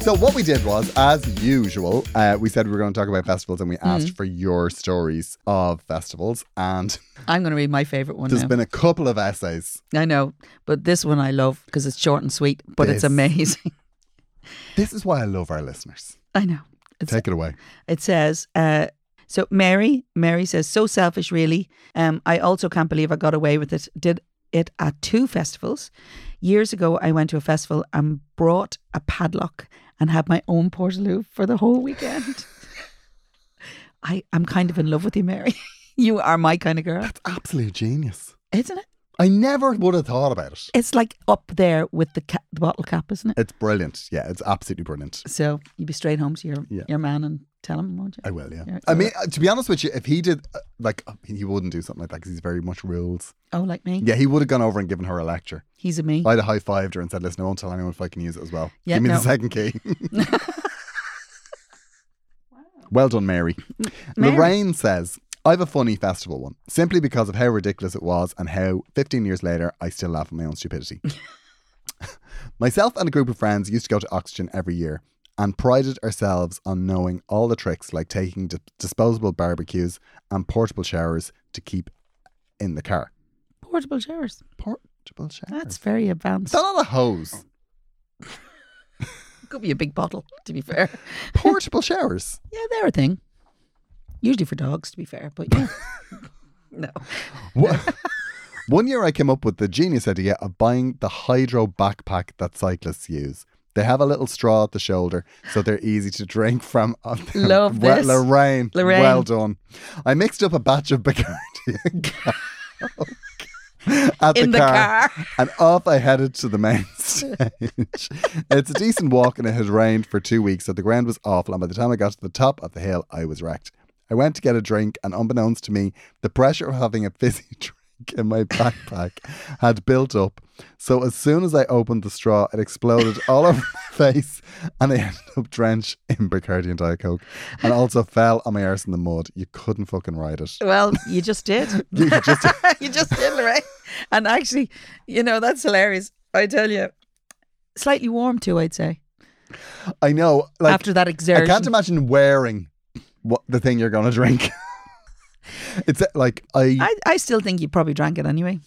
[SPEAKER 3] So what we did was, as usual, uh, we said we were going to talk about festivals, and we
[SPEAKER 4] Mm-hmm.
[SPEAKER 3] asked for your stories of festivals. And
[SPEAKER 4] I'm going to read my favourite one
[SPEAKER 3] there's
[SPEAKER 4] now.
[SPEAKER 3] been a couple of essays.
[SPEAKER 4] I know, but this one I love because it's short and sweet, but
[SPEAKER 3] This.
[SPEAKER 4] it's amazing.
[SPEAKER 3] This is why I love our listeners.
[SPEAKER 4] I know. It's,
[SPEAKER 3] Take it away.
[SPEAKER 4] it says, uh, so Mary, Mary says, so selfish, really. Um, I also can't believe I got away with it. Did it at two festivals. Years ago, I went to a festival and brought a padlock and had my own Portaloo for the whole weekend. I, I'm kind of in love with you, Mary. you are my kind of girl,
[SPEAKER 3] It's absolute genius.
[SPEAKER 4] isn't it?
[SPEAKER 3] I never would have thought about it.
[SPEAKER 4] It's like up there with the ca- the bottle cap, isn't it?
[SPEAKER 3] It's brilliant. Yeah, it's absolutely brilliant.
[SPEAKER 4] So you'd be straight home to your
[SPEAKER 3] Yeah.
[SPEAKER 4] your man and tell him, won't you?
[SPEAKER 3] I will, yeah.
[SPEAKER 4] Yeah,
[SPEAKER 3] I
[SPEAKER 4] so-
[SPEAKER 3] mean, uh, to be honest with you, if he did, uh, like, uh, he wouldn't do something like that because he's very much rules.
[SPEAKER 4] Oh, like me?
[SPEAKER 3] Yeah, he would have gone over and given her a lecture.
[SPEAKER 4] He's a me.
[SPEAKER 3] I'd have high fived her and said, listen, I won't tell anyone if I can use it as well.
[SPEAKER 4] Yeah,
[SPEAKER 3] Give me
[SPEAKER 4] no.
[SPEAKER 3] the second key. Well done, Mary.
[SPEAKER 4] Mary.
[SPEAKER 3] Lorraine says, I have a funny festival one, simply because of how ridiculous it was and how 15 years later I still laugh at my own stupidity. Myself and a group of friends used to go to Oxygen every year and prided ourselves on knowing all the tricks like taking di- disposable barbecues and portable showers to keep in the car.
[SPEAKER 4] Portable showers.
[SPEAKER 3] Portable showers?
[SPEAKER 4] That's very
[SPEAKER 3] Is
[SPEAKER 4] advanced.
[SPEAKER 3] that not a hose?
[SPEAKER 4] Could be a big bottle, to be fair.
[SPEAKER 3] Portable showers.
[SPEAKER 4] Yeah, they're a thing. Usually for dogs, to be fair, but yeah. no.
[SPEAKER 3] Wha- One year I came up with the genius idea of buying the hydro backpack that cyclists use. They have a little straw at the shoulder, so they're easy to drink from.
[SPEAKER 4] Love
[SPEAKER 3] well,
[SPEAKER 4] this.
[SPEAKER 3] Lorraine,
[SPEAKER 4] Lorraine.
[SPEAKER 3] Well done. I mixed up a batch of Bacardi and Coke at
[SPEAKER 4] In the car.
[SPEAKER 3] and off I headed to the main stage. it's a decent walk, and it had rained for two weeks, so the ground was awful. And by the time I got to the top of the hill, I was wrecked. I went to get a drink, and unbeknownst to me, the pressure of having a fizzy drink in my backpack had built up. So as soon as I opened the straw, it exploded all over my face, and I ended up drenched in Bacardi and Diet Coke, and also fell on my arse in the mud. You couldn't fucking ride it.
[SPEAKER 4] Well, you just did.
[SPEAKER 3] You could just
[SPEAKER 4] you just did, Lorraine. And actually, you know, that's hilarious. I tell you. Slightly warm too, I'd say.
[SPEAKER 3] I know. Like,
[SPEAKER 4] after that exertion.
[SPEAKER 3] I can't imagine wearing what the thing you're gonna drink. it's uh, like I,
[SPEAKER 4] I, I still think you probably drank it anyway.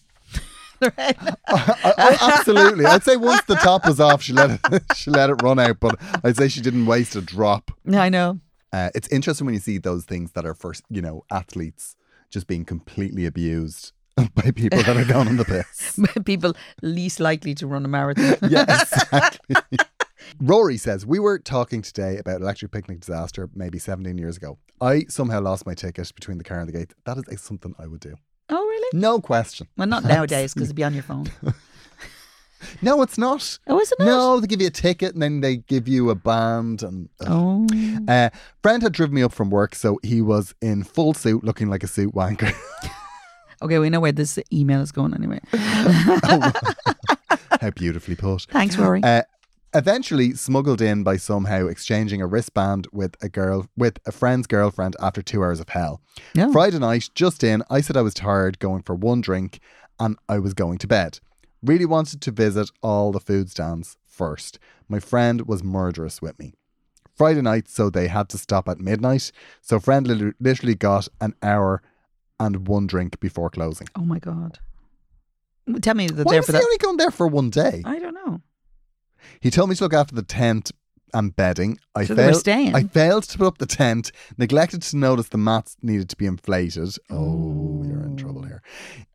[SPEAKER 4] Lorraine.
[SPEAKER 3] I- I- absolutely. I'd say once the top was off, she let it, she let it run out. But I'd say she didn't waste a drop.
[SPEAKER 4] Yeah, I know.
[SPEAKER 3] Uh, it's interesting when you see those things that are first, you know, athletes just being completely abused by people that are down on the piss.
[SPEAKER 4] People least likely to run a marathon.
[SPEAKER 3] Yeah, exactly. Rory says, We were talking today about electric picnic disaster maybe 17 years ago. I somehow lost my ticket between the car and the gate. That is uh, something I would do.
[SPEAKER 4] oh, really?
[SPEAKER 3] No question.
[SPEAKER 4] Well, not nowadays because it'd be on your phone.
[SPEAKER 3] No, it's not.
[SPEAKER 4] Oh, is it not?
[SPEAKER 3] No, they give you a ticket and then they give you a band. And ugh.
[SPEAKER 4] Oh.
[SPEAKER 3] uh, friend had driven me up from work, so he was in full suit, looking like a suit wanker.
[SPEAKER 4] Okay, we know where this email is going anyway.
[SPEAKER 3] How beautifully put.
[SPEAKER 4] Thanks, Rory.
[SPEAKER 3] Uh, eventually smuggled in by somehow exchanging a wristband with a girl with a friend's girlfriend after two hours of hell.
[SPEAKER 4] No.
[SPEAKER 3] Friday night, just in, I said I was tired, going for one drink, and I was going to bed. Really wanted to visit all the food stands first. My friend was murderous with me. Friday night, so they had to stop at midnight. So friend lit- literally got an hour and one drink before closing.
[SPEAKER 4] oh my god. Tell me that
[SPEAKER 3] Why
[SPEAKER 4] they're
[SPEAKER 3] was
[SPEAKER 4] for
[SPEAKER 3] he
[SPEAKER 4] that.
[SPEAKER 3] only going there for one day?
[SPEAKER 4] I don't know.
[SPEAKER 3] He told me to look after the tent and bedding. I
[SPEAKER 4] So they were
[SPEAKER 3] failed.
[SPEAKER 4] staying.
[SPEAKER 3] I failed to put up the tent. Neglected to notice the mats needed to be inflated. Oh, you're in trouble here.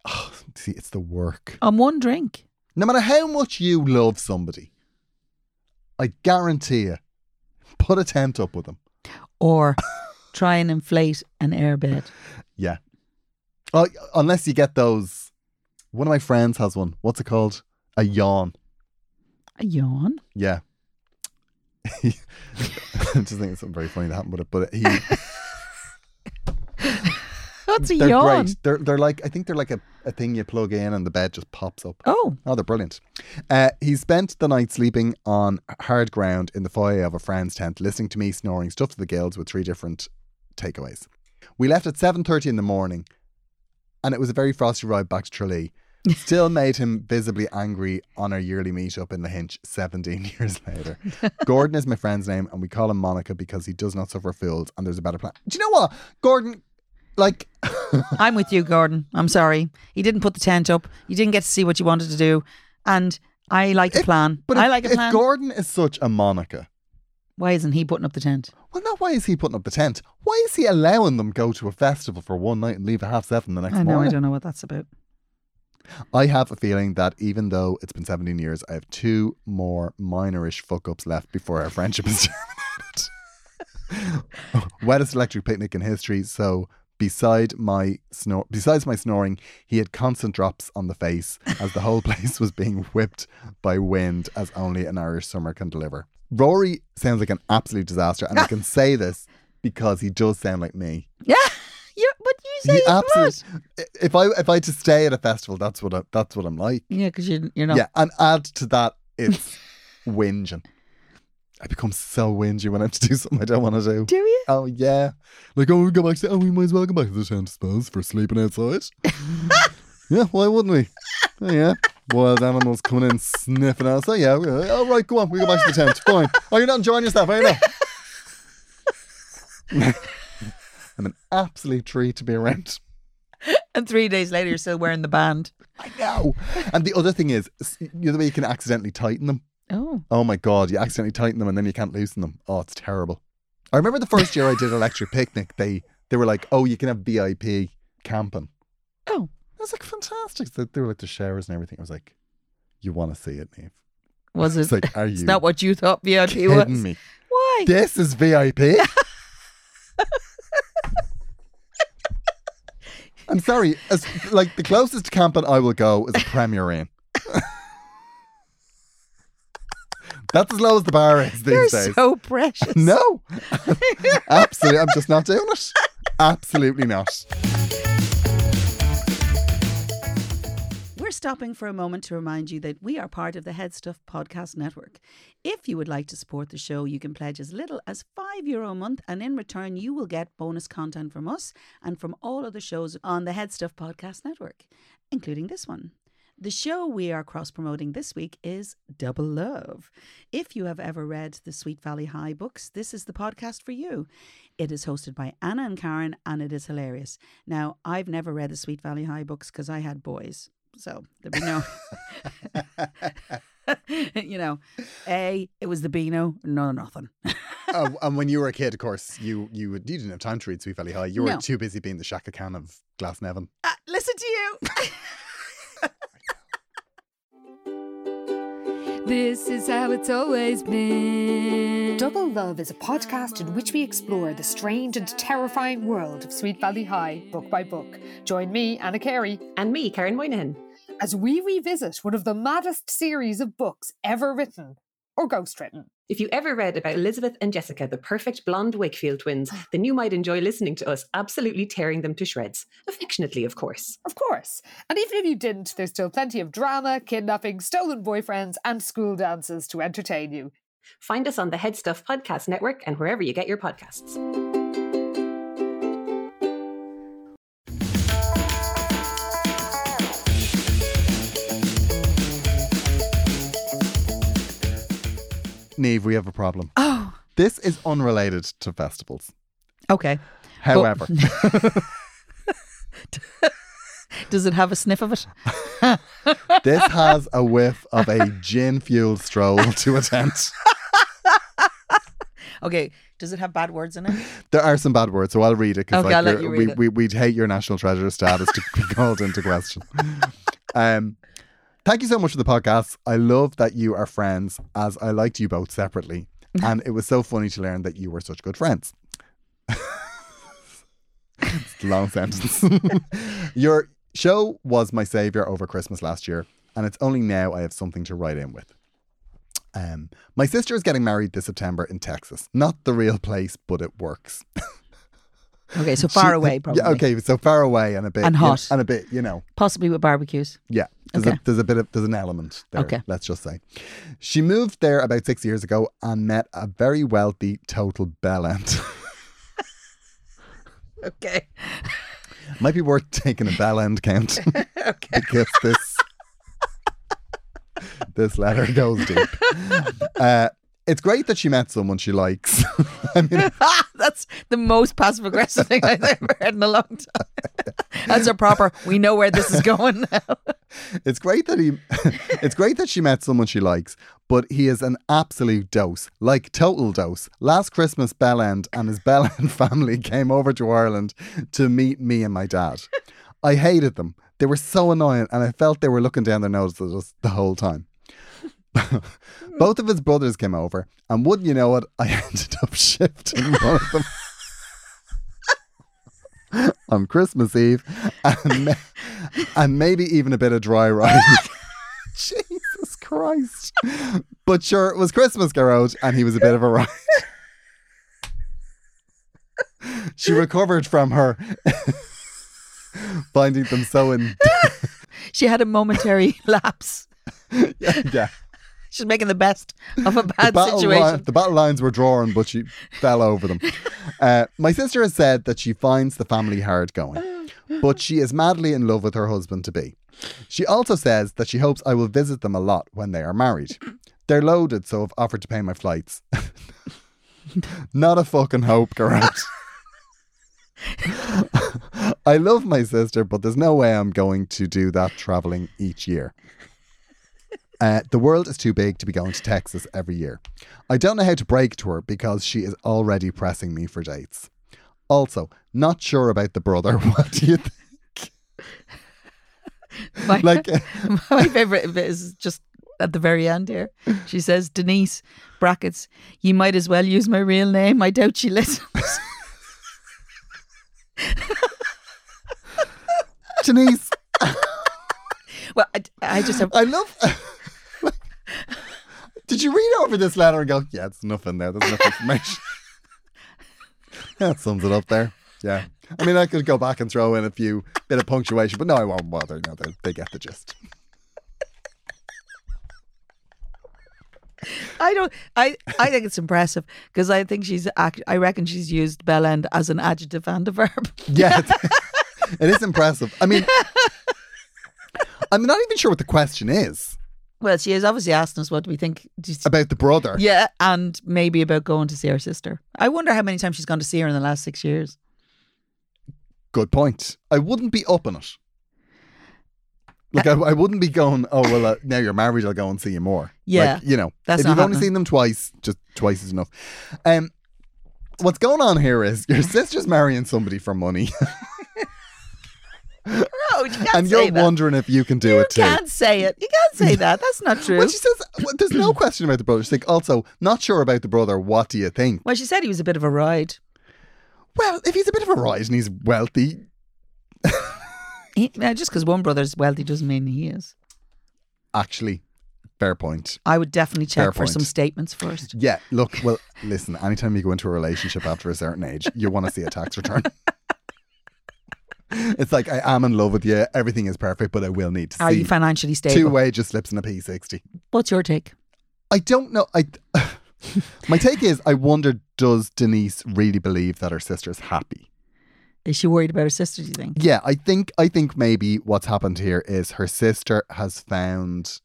[SPEAKER 3] Oh, see, it's the work.
[SPEAKER 4] On Um, one drink.
[SPEAKER 3] No matter how much you love somebody, I guarantee you, put a tent up with them.
[SPEAKER 4] Or try and inflate an airbed.
[SPEAKER 3] Yeah. Oh, unless you get those. One of my friends has one. What's it called? A yawn.
[SPEAKER 4] A yawn.
[SPEAKER 3] Yeah. I just think it's something very funny that happened with it, but he
[SPEAKER 4] What's a
[SPEAKER 3] they're
[SPEAKER 4] yawn?
[SPEAKER 3] great. They're they're like I think they're like a, a thing you plug in and the bed just pops up.
[SPEAKER 4] Oh.
[SPEAKER 3] Oh, they're brilliant. Uh, he spent the night sleeping on hard ground in the foyer of a friend's tent, listening to me snoring stuff to the gills with three different takeaways. We left at seven thirty in the morning, and it was a very frosty ride back to Tralee. Still made him visibly angry on our yearly meetup in the Hinch 17 years later. Gordon is my friend's name, and we call him Monica because he does not suffer fools, and there's a better plan. Do you know what, Gordon? Like,
[SPEAKER 4] I'm with you, Gordon. I'm sorry. You didn't put the tent up. You didn't get to see what you wanted to do. And I like a
[SPEAKER 3] If-
[SPEAKER 4] plan.
[SPEAKER 3] But
[SPEAKER 4] I
[SPEAKER 3] if,
[SPEAKER 4] like a
[SPEAKER 3] if
[SPEAKER 4] plan.
[SPEAKER 3] Gordon is such a Monica,
[SPEAKER 4] Why isn't he putting up the tent?
[SPEAKER 3] well, not why is he putting up the tent? Why is he allowing them go to a festival for one night and leave at half seven the next
[SPEAKER 4] I know. I
[SPEAKER 3] morning?
[SPEAKER 4] don't know what that's about.
[SPEAKER 3] I have a feeling that even though it's been 17 years, I have two more minorish fuck ups left before our friendship is terminated. Wettest electric picnic in history, so Beside my snor- besides my snoring, he had constant drops on the face as the whole place was being whipped by wind as only an Irish summer can deliver. Rory sounds like an absolute disaster, and I can say this because he does sound like me.
[SPEAKER 4] Yeah. Yeah, but you say
[SPEAKER 3] He
[SPEAKER 4] he's blood.
[SPEAKER 3] absolute- If I if I had to stay at a festival, that's what I, that's what I'm like.
[SPEAKER 4] Yeah, because you're, you're not.
[SPEAKER 3] Yeah, and add to that, it's whinging. I become so whingy when I have to do something I don't want to do.
[SPEAKER 4] Do you?
[SPEAKER 3] Oh yeah, like oh we go back to oh we might as well go back to the tent I suppose for sleeping outside. yeah, why wouldn't we? Oh, yeah, wild animals coming in sniffing us. Oh yeah, we, all right, go on, we go back to the tent. Fine. Oh, you're not enjoying yourself, are you? Not? I'm an absolute treat to be around.
[SPEAKER 4] And three days later, you're still wearing the band.
[SPEAKER 3] I know. And the other thing is, s- you know the way you can accidentally tighten them.
[SPEAKER 4] Oh.
[SPEAKER 3] Oh my god, you accidentally tighten them and then you can't loosen them. Oh, it's terrible. I remember the first year I did electric picnic, they they were like, Oh, you can have VIP camping.
[SPEAKER 4] Oh.
[SPEAKER 3] I was like, fantastic. They, they were like the showers and everything. I was like, You wanna see it, Neve.
[SPEAKER 4] Was
[SPEAKER 3] It's
[SPEAKER 4] it?
[SPEAKER 3] like, are
[SPEAKER 4] It's
[SPEAKER 3] you
[SPEAKER 4] not what you thought VIP was.
[SPEAKER 3] kidding me?
[SPEAKER 4] Why?
[SPEAKER 3] This is VIP. I'm sorry. As, like the closest to camping I will go is a Premier Inn. That's as low as the bar is
[SPEAKER 4] You're
[SPEAKER 3] these days.
[SPEAKER 4] so precious.
[SPEAKER 3] No, absolutely. I'm just not doing it. Absolutely not.
[SPEAKER 5] We're stopping for a moment to remind you that we are part of the Head Stuff Podcast Network. If you would like to support the show, you can pledge as little as €5 Euro a month, and in return, you will get bonus content from us and from all other shows on the Head Stuff Podcast Network, including this one. The show we are cross promoting this week is Double Love. If you have ever read the Sweet Valley High books, this is the podcast for you. It is hosted by Anna and Karen, and it is hilarious. Now, I've never read the Sweet Valley High books because I had boys. So there'd be no, you know, A, it was the Beano, no, nothing.
[SPEAKER 3] Uh, and when you were a kid, of course, you you would- you didn't have time to read Sweet Valley High. You were
[SPEAKER 5] No.
[SPEAKER 3] too busy being the Shaka Khan of Glasnevin.
[SPEAKER 5] Ah, listen to you.
[SPEAKER 6] This is how it's always been.
[SPEAKER 7] Double Love is a podcast in which we explore the strange and terrifying world of Sweet Valley High, book by book. Join me, Anna Carey,
[SPEAKER 8] And me, Karen Moynihan.
[SPEAKER 7] as we revisit one of the maddest series of books ever written or ghostwritten.
[SPEAKER 8] If you ever read about Elizabeth and Jessica, the perfect blonde Wakefield twins, then you might enjoy listening to us absolutely tearing them to shreds. Affectionately, of course.
[SPEAKER 7] Of course. And even if you didn't, there's still plenty of drama, kidnapping, stolen boyfriends, and school dances to entertain you.
[SPEAKER 8] Find us on the Head Stuff Podcast Network and wherever you get your podcasts.
[SPEAKER 3] Neve, we have a problem.
[SPEAKER 4] Oh.
[SPEAKER 3] This is unrelated to festivals.
[SPEAKER 4] Okay.
[SPEAKER 3] However,
[SPEAKER 4] Does it have a sniff of it?
[SPEAKER 3] this has a whiff of a gin fueled stroll to a tent.
[SPEAKER 4] Okay. Does it have bad words in it?
[SPEAKER 3] There are some bad words, so I'll read it because
[SPEAKER 4] Okay, I'll
[SPEAKER 3] like,
[SPEAKER 4] let
[SPEAKER 3] you're-
[SPEAKER 4] you read
[SPEAKER 3] we,
[SPEAKER 4] it.
[SPEAKER 3] we, we'd hate your national treasure status to be called into question. Um, thank you so much for the podcast. I love that you are friends, as I liked you both separately. And it was so funny to learn that you were such good friends. It's a long sentence. your show was my savior over Christmas last year, and it's only now I have something to write in with. Um, my sister is getting married this September in Texas. Not the real place, but it works.
[SPEAKER 4] Okay. So far
[SPEAKER 3] She-
[SPEAKER 4] away, probably.
[SPEAKER 3] Yeah, okay, so far away and a bit
[SPEAKER 4] And
[SPEAKER 3] you know,
[SPEAKER 4] hot.
[SPEAKER 3] and a bit, you know.
[SPEAKER 4] Possibly with barbecues.
[SPEAKER 3] Yeah. There's,
[SPEAKER 4] Okay.
[SPEAKER 3] a, there's a bit of there's an element there.
[SPEAKER 4] Okay.
[SPEAKER 3] Let's just say, she moved there about six years ago and met a very wealthy total bellend.
[SPEAKER 4] Okay.
[SPEAKER 3] Might be worth taking a bellend count
[SPEAKER 4] Okay.
[SPEAKER 3] because this this letter goes deep. Uh, it's great that she met someone she likes. I mean,
[SPEAKER 4] That's the most passive aggressive thing I've ever heard in a long time. That's a proper, we know where this is going now.
[SPEAKER 3] It's great that he it's great that she met someone she likes, but he is an absolute dose, like total dose. Last Christmas Bellend and his Bellend family came over to Ireland to meet me and my dad. I hated them. They were so annoying and I felt they were looking down their noses at us the whole time. Both of his brothers came over, and wouldn't you know it, I ended up shifting one of them. on Christmas Eve and, ma- and maybe even a bit of dry ride. Jesus Christ. But sure, it was Christmas Garage and he was a bit of a ride. she recovered from her finding them so in.
[SPEAKER 4] She had a momentary lapse.
[SPEAKER 3] yeah.
[SPEAKER 4] She's making the best of a bad
[SPEAKER 3] battle li-
[SPEAKER 4] situation.
[SPEAKER 3] the battle lines were drawn, but she fell over them. Uh, my sister has said that she finds the family hard going, but she is madly in love with her husband to be. She also says that she hopes I will visit them a lot when they are married. They're loaded, so have offered to pay my flights. Not a fucking hope, Garrett. I love my sister, but there's no way I'm going to do that traveling each year. Uh, the world is too big to be going to Texas every year. I don't know how to break to her because she is already pressing me for dates. Also, not sure about the brother. What do you think?
[SPEAKER 4] My,
[SPEAKER 3] Like, uh,
[SPEAKER 4] my favorite bit is just at the very end here. She says, Denise, brackets, you might as well use my real name. I doubt she listens.
[SPEAKER 3] Denise,
[SPEAKER 4] well, I, I just have.
[SPEAKER 3] I love. Did you read over this letter and go, yeah, it's nothing there. There's enough information. that sums it up there. Yeah. I mean, I could go back and throw in a few bit of punctuation, but no, I won't bother. No, they, they get the gist.
[SPEAKER 4] I don't. I I think it's impressive because I think she's. Act, I reckon she's used bell end as an adjective and a verb.
[SPEAKER 3] Yeah, it's- it is impressive. I mean, I'm not even sure what the question is
[SPEAKER 4] Well, she is obviously asking us what do we think. do you-
[SPEAKER 3] about the brother.
[SPEAKER 4] Yeah, and maybe about going to see her sister. I wonder how many times she's gone to see her in the last six years.
[SPEAKER 3] Good point. I wouldn't be up on it. Like, I, I wouldn't be going, oh, well, uh, now you're married, I'll go and see you more.
[SPEAKER 4] Yeah,
[SPEAKER 3] Like, you know,
[SPEAKER 4] that's
[SPEAKER 3] if
[SPEAKER 4] not
[SPEAKER 3] you've only
[SPEAKER 4] happening.
[SPEAKER 3] seen them twice, just twice is enough. Um, what's going on here is your sister's marrying somebody for money,
[SPEAKER 4] No, you can't
[SPEAKER 3] and
[SPEAKER 4] say
[SPEAKER 3] you're
[SPEAKER 4] that.
[SPEAKER 3] wondering if you can do
[SPEAKER 4] you
[SPEAKER 3] it too.
[SPEAKER 4] can't say it. You can't say that. That's not true.
[SPEAKER 3] Well, she says, well, there's no question about the brother. She's like, also, not sure about the brother. What do you think?
[SPEAKER 4] well, she said he was a bit of a ride.
[SPEAKER 3] Well, if he's a bit of a rise and he's wealthy,
[SPEAKER 4] He, uh, just because one brother's wealthy doesn't mean he is.
[SPEAKER 3] actually, fair point.
[SPEAKER 4] I would definitely check
[SPEAKER 3] Fair
[SPEAKER 4] for some
[SPEAKER 3] point.
[SPEAKER 4] statements first.
[SPEAKER 3] Yeah, look, well, listen, anytime you go into a relationship after a certain age, you want to see a tax return. it's like, I am in love with you. Everything is perfect, but I will need to
[SPEAKER 4] Are
[SPEAKER 3] see
[SPEAKER 4] you financially stable?
[SPEAKER 3] two wages slips and a P60.
[SPEAKER 4] What's your take?
[SPEAKER 3] I don't know. I. My take is, I wonder, does Denise really believe that her sister's happy?
[SPEAKER 4] Is she worried about her sister? Do you think?
[SPEAKER 3] Yeah, I think I think maybe what's happened here is her sister has found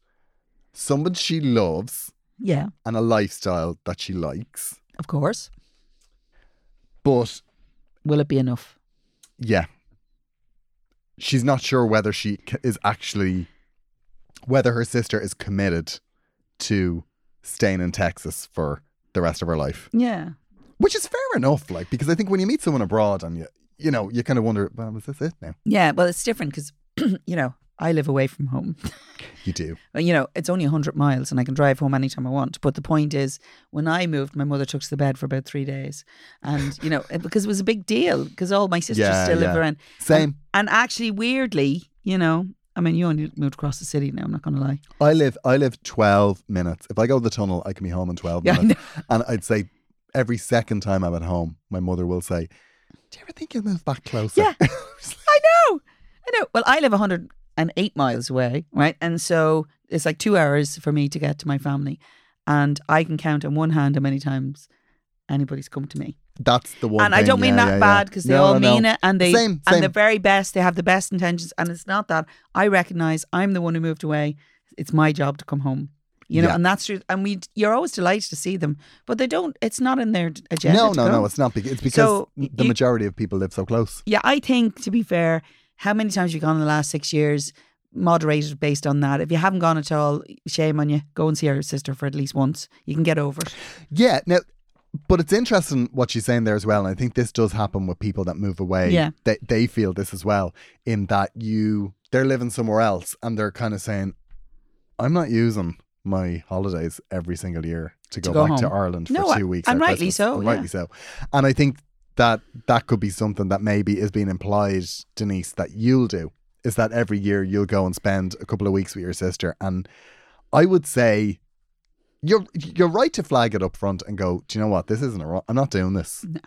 [SPEAKER 3] someone she loves
[SPEAKER 4] Yeah,
[SPEAKER 3] and a lifestyle that she likes.
[SPEAKER 4] of course.
[SPEAKER 3] But
[SPEAKER 4] Will it be enough?
[SPEAKER 3] yeah, she's not sure whether she c- is actually, whether her sister is committed to staying in Texas for the rest of her life,
[SPEAKER 4] Yeah.
[SPEAKER 3] which is fair enough. Like, because I think when you meet someone abroad and you, you know, you kind of wonder, well, is this it now?
[SPEAKER 4] Yeah, well, it's different because, you know, I live away from home. Uh,
[SPEAKER 3] You do.
[SPEAKER 4] you know, it's only 100 miles and I can drive home anytime I want. But the point is, when I moved, my mother took us to bed for about three days. And, you know, it- because it was a big deal because all my sisters
[SPEAKER 3] Yeah,
[SPEAKER 4] still live
[SPEAKER 3] yeah.
[SPEAKER 4] around.
[SPEAKER 3] Same.
[SPEAKER 4] And, and actually, weirdly, you know, I mean, you only moved across the city now, I'm not going to lie.
[SPEAKER 3] I live, I live 12 minutes. If I go to the tunnel, I can be home in 12
[SPEAKER 4] Yeah, I
[SPEAKER 3] minutes. And I'd say every second time I'm at home, my mother will say, do you ever think you'll move back closer?
[SPEAKER 4] Yeah. I know. I know. Well, I live 108 miles away, right? And so it's like two hours for me to get to my family. And I can count on one hand how many times anybody's come to me.
[SPEAKER 3] That's the one.
[SPEAKER 4] and I
[SPEAKER 3] thing,
[SPEAKER 4] don't mean
[SPEAKER 3] yeah,
[SPEAKER 4] that
[SPEAKER 3] yeah, yeah.
[SPEAKER 4] bad because they
[SPEAKER 3] No,
[SPEAKER 4] all
[SPEAKER 3] no, no.
[SPEAKER 4] mean it, and they
[SPEAKER 3] Same,
[SPEAKER 4] and the
[SPEAKER 3] same.
[SPEAKER 4] very best. They have the best intentions, and it's not that I recognize I'm the one who moved away. It's my job to come home, you know,
[SPEAKER 3] Yeah.
[SPEAKER 4] and that's true. And we, you're always delighted to see them, but they don't. It's not in their agenda.
[SPEAKER 3] No,
[SPEAKER 4] to
[SPEAKER 3] no,
[SPEAKER 4] go.
[SPEAKER 3] no. It's not. Because, it's because
[SPEAKER 4] So,
[SPEAKER 3] m- the
[SPEAKER 4] you-
[SPEAKER 3] majority of people live so close.
[SPEAKER 4] yeah, I think to be fair, how many times have you gone in the last six years? Moderated based on that. If you haven't gone at all, shame on you. Go and see your sister for at least once. You can get over it.
[SPEAKER 3] Yeah. Now, but it's interesting what she's saying there as well. And I think this does happen with people that move away.
[SPEAKER 4] Yeah.
[SPEAKER 3] They, they feel this as well, in that you, they're living somewhere else and they're kind of saying, I'm not using my holidays every single year to go,
[SPEAKER 4] go
[SPEAKER 3] back to
[SPEAKER 4] home.
[SPEAKER 3] Ireland
[SPEAKER 4] No,
[SPEAKER 3] for
[SPEAKER 4] I-
[SPEAKER 3] two weeks. at
[SPEAKER 4] and rightly
[SPEAKER 3] Christmas."
[SPEAKER 4] so,
[SPEAKER 3] And
[SPEAKER 4] yeah.
[SPEAKER 3] rightly so. And I think that that could be something that maybe is being implied, Denise, that you'll do is that every year you'll go and spend a couple of weeks with your sister, and I would say you're you're right to flag it up front and go, do you know what? This isn't a. ro- I'm not doing this. No.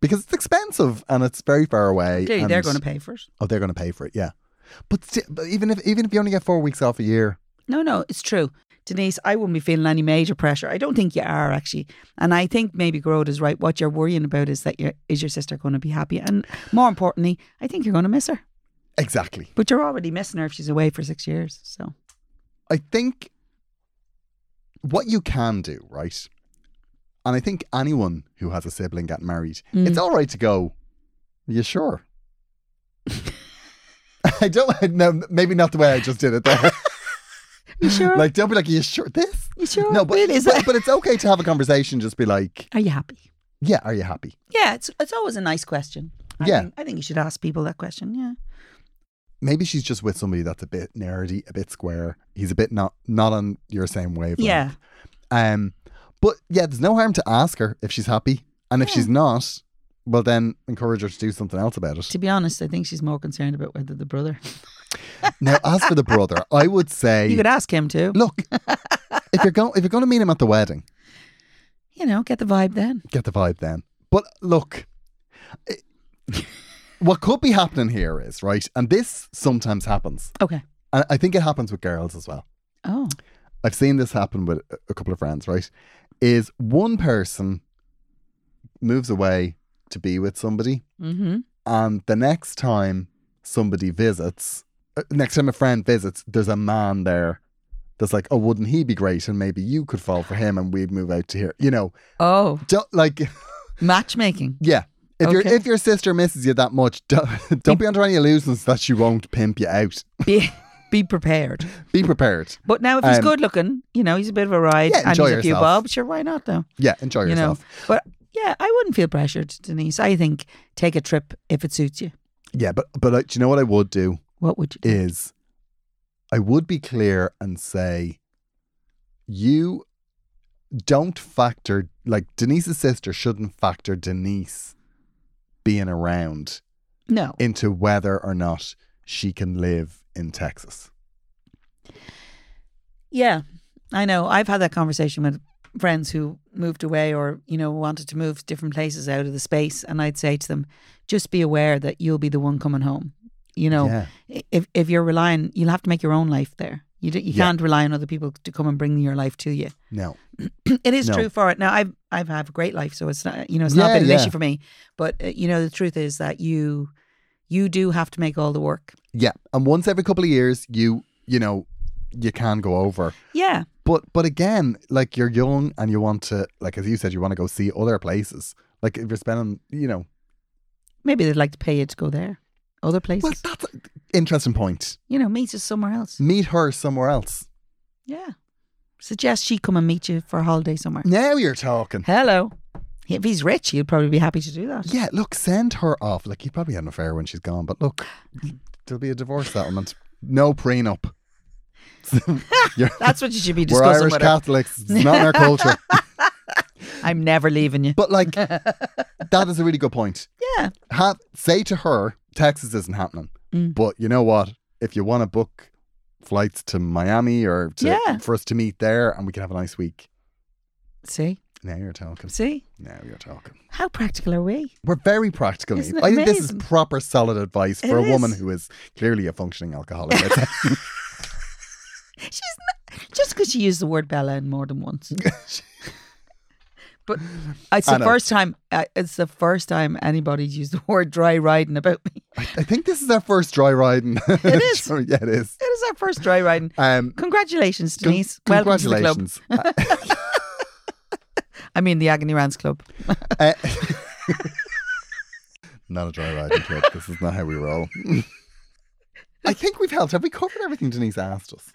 [SPEAKER 3] Because it's expensive and it's very far away.
[SPEAKER 4] Clearly, they're
[SPEAKER 3] and-
[SPEAKER 4] going to pay for it.
[SPEAKER 3] Oh, they're going to pay for it. Yeah, but, sti- but even if even if you only get four weeks off a year,
[SPEAKER 4] No, no, it's true. Denise, I wouldn't be feeling any major pressure. I don't think you are actually. And I think maybe Grode is right. What you're worrying about is that your is your sister going to be happy? And more importantly, I think you're going to miss her.
[SPEAKER 3] exactly.
[SPEAKER 4] But you're already missing her if she's away for six years. So
[SPEAKER 3] I think what you can do, right? And I think anyone who has a sibling get married,
[SPEAKER 4] Mm.
[SPEAKER 3] it's all right to go. You sure? I don't. No, maybe not the way I just did it there.
[SPEAKER 4] you sure?
[SPEAKER 3] like, don't be like, "Are you sure this?
[SPEAKER 4] you sure?
[SPEAKER 3] No, but,
[SPEAKER 4] Really, is
[SPEAKER 3] but,
[SPEAKER 4] that-
[SPEAKER 3] but it's okay to have a conversation. Just be like,
[SPEAKER 4] are you happy?
[SPEAKER 3] yeah, are you happy?
[SPEAKER 4] Yeah, it's it's always a nice question. I
[SPEAKER 3] Yeah.
[SPEAKER 4] think, I think you should ask people that question. Yeah,
[SPEAKER 3] Maybe she's just with somebody that's a bit nerdy, a bit square. He's a bit not not on your same wavelength.
[SPEAKER 4] yeah.
[SPEAKER 3] Um, but yeah, there's no harm to ask her if she's happy, and if she's not, well, then encourage her to do something else about it.
[SPEAKER 4] To be honest, I think she's more concerned about whether the brother.
[SPEAKER 3] now, as for the brother, I would say,
[SPEAKER 4] You could ask him too.
[SPEAKER 3] look, if you're going, if you're going to meet him at the wedding,
[SPEAKER 4] You know, get the vibe then.
[SPEAKER 3] get the vibe then. But look, it- what could be happening here is right, and this sometimes happens,
[SPEAKER 4] Okay.
[SPEAKER 3] and I think it happens with girls as well.
[SPEAKER 4] Oh,
[SPEAKER 3] I've seen this happen with a- a couple of friends, right? Is one person moves away to be with somebody,
[SPEAKER 4] mm-hmm.
[SPEAKER 3] and the next time somebody visits, uh, next time a friend visits, there's a man there that's like, oh, wouldn't he be great? And maybe you could fall for him, and we'd move out to here. You know,
[SPEAKER 4] Oh,
[SPEAKER 3] don't, like,
[SPEAKER 4] matchmaking.
[SPEAKER 3] yeah. If your
[SPEAKER 4] Okay.
[SPEAKER 3] if your sister misses you that much, don't, don't be under any illusions that she won't pimp you out.
[SPEAKER 4] Be be prepared.
[SPEAKER 3] Be prepared.
[SPEAKER 4] But now, if he's
[SPEAKER 3] Um,
[SPEAKER 4] good looking, you know, he's a bit of a ride
[SPEAKER 3] Yeah,
[SPEAKER 4] and he's
[SPEAKER 3] enjoy
[SPEAKER 4] a few
[SPEAKER 3] yourself.
[SPEAKER 4] bob. Sure, why not though?
[SPEAKER 3] Yeah, enjoy
[SPEAKER 4] you know,
[SPEAKER 3] yourself.
[SPEAKER 4] but yeah, I wouldn't feel pressured, Denise. I think take a trip if it suits you.
[SPEAKER 3] Yeah, but but uh, do you know what I would do?
[SPEAKER 4] What would you? do?
[SPEAKER 3] is I would be clear and say you don't factor like Denise's sister shouldn't factor Denise being around
[SPEAKER 4] No,
[SPEAKER 3] into whether or not she can live in Texas.
[SPEAKER 4] yeah, I know. I've had that conversation with friends who moved away or you know wanted to move to different places out of the space, and I'd say to them, just be aware that you'll be the one coming home. You know,
[SPEAKER 3] Yeah.
[SPEAKER 4] i- if if you're relying, you'll have to make your own life there. You d- you
[SPEAKER 3] Yeah.
[SPEAKER 4] can't rely on other people to come and bring your life to you.
[SPEAKER 3] No.
[SPEAKER 4] it is
[SPEAKER 3] No.
[SPEAKER 4] true for it. Now I've I've had a great life, so it's not you know it's
[SPEAKER 3] Yeah,
[SPEAKER 4] not been an
[SPEAKER 3] yeah.
[SPEAKER 4] issue for me. But uh, you know the truth is that you you do have to make all the work.
[SPEAKER 3] Yeah. And once every couple of years you you know you can go over.
[SPEAKER 4] Yeah,
[SPEAKER 3] But but again, like you're young and you want to like as you said you want to go see other places. Like if you're spending, you know,
[SPEAKER 4] maybe they'd like to pay you to go there, other places.
[SPEAKER 3] well that's an interesting point.
[SPEAKER 4] you know, meet us somewhere else.
[SPEAKER 3] Meet her somewhere else.
[SPEAKER 4] Yeah, suggest she come and meet you for a holiday somewhere.
[SPEAKER 3] Now you're talking.
[SPEAKER 4] Hello, if he's rich, he'd probably be happy to do that.
[SPEAKER 3] Yeah, look, send her off. Like you probably had an affair when she's gone, but look, there'll be a divorce settlement. No prenup. You're-
[SPEAKER 4] That's what you should be
[SPEAKER 3] we're
[SPEAKER 4] discussing
[SPEAKER 3] Irish
[SPEAKER 4] with her.
[SPEAKER 3] Catholics. It's not in our culture.
[SPEAKER 4] I'm never leaving you.
[SPEAKER 3] But like, that is a really good point.
[SPEAKER 4] yeah,
[SPEAKER 3] Have, say to her, Texas isn't happening.
[SPEAKER 4] Mm.
[SPEAKER 3] But you know what? If you want to book flights to Miami or to,
[SPEAKER 4] Yeah.
[SPEAKER 3] for us to meet there, and we can have a nice week.
[SPEAKER 4] see,
[SPEAKER 3] Now you're talking.
[SPEAKER 4] see,
[SPEAKER 3] Now you're talking.
[SPEAKER 4] how practical are we?
[SPEAKER 3] We're very practical.
[SPEAKER 4] Isn't
[SPEAKER 3] Niamh.
[SPEAKER 4] it
[SPEAKER 3] I think this is
[SPEAKER 4] amazing?
[SPEAKER 3] proper solid advice for
[SPEAKER 4] It
[SPEAKER 3] a woman
[SPEAKER 4] is.
[SPEAKER 3] who is clearly a functioning alcoholic.
[SPEAKER 4] She's not, just because she used the word bellend more than once. but it's
[SPEAKER 3] I
[SPEAKER 4] the
[SPEAKER 3] know.
[SPEAKER 4] first time. Uh, it's the first time anybody's used the word dry riding about me.
[SPEAKER 3] I think this is our first dry riding. It
[SPEAKER 4] is.
[SPEAKER 3] yeah, it is.
[SPEAKER 4] It is our first dry riding.
[SPEAKER 3] Um,
[SPEAKER 4] Congratulations,
[SPEAKER 3] con-
[SPEAKER 4] Denise. Welcome to the club.
[SPEAKER 3] congratulations. Uh,
[SPEAKER 4] I mean, the Agony Rants Club.
[SPEAKER 3] uh, not a dry riding club. This is not how we roll. I think we've helped. Have we covered everything Denise asked us?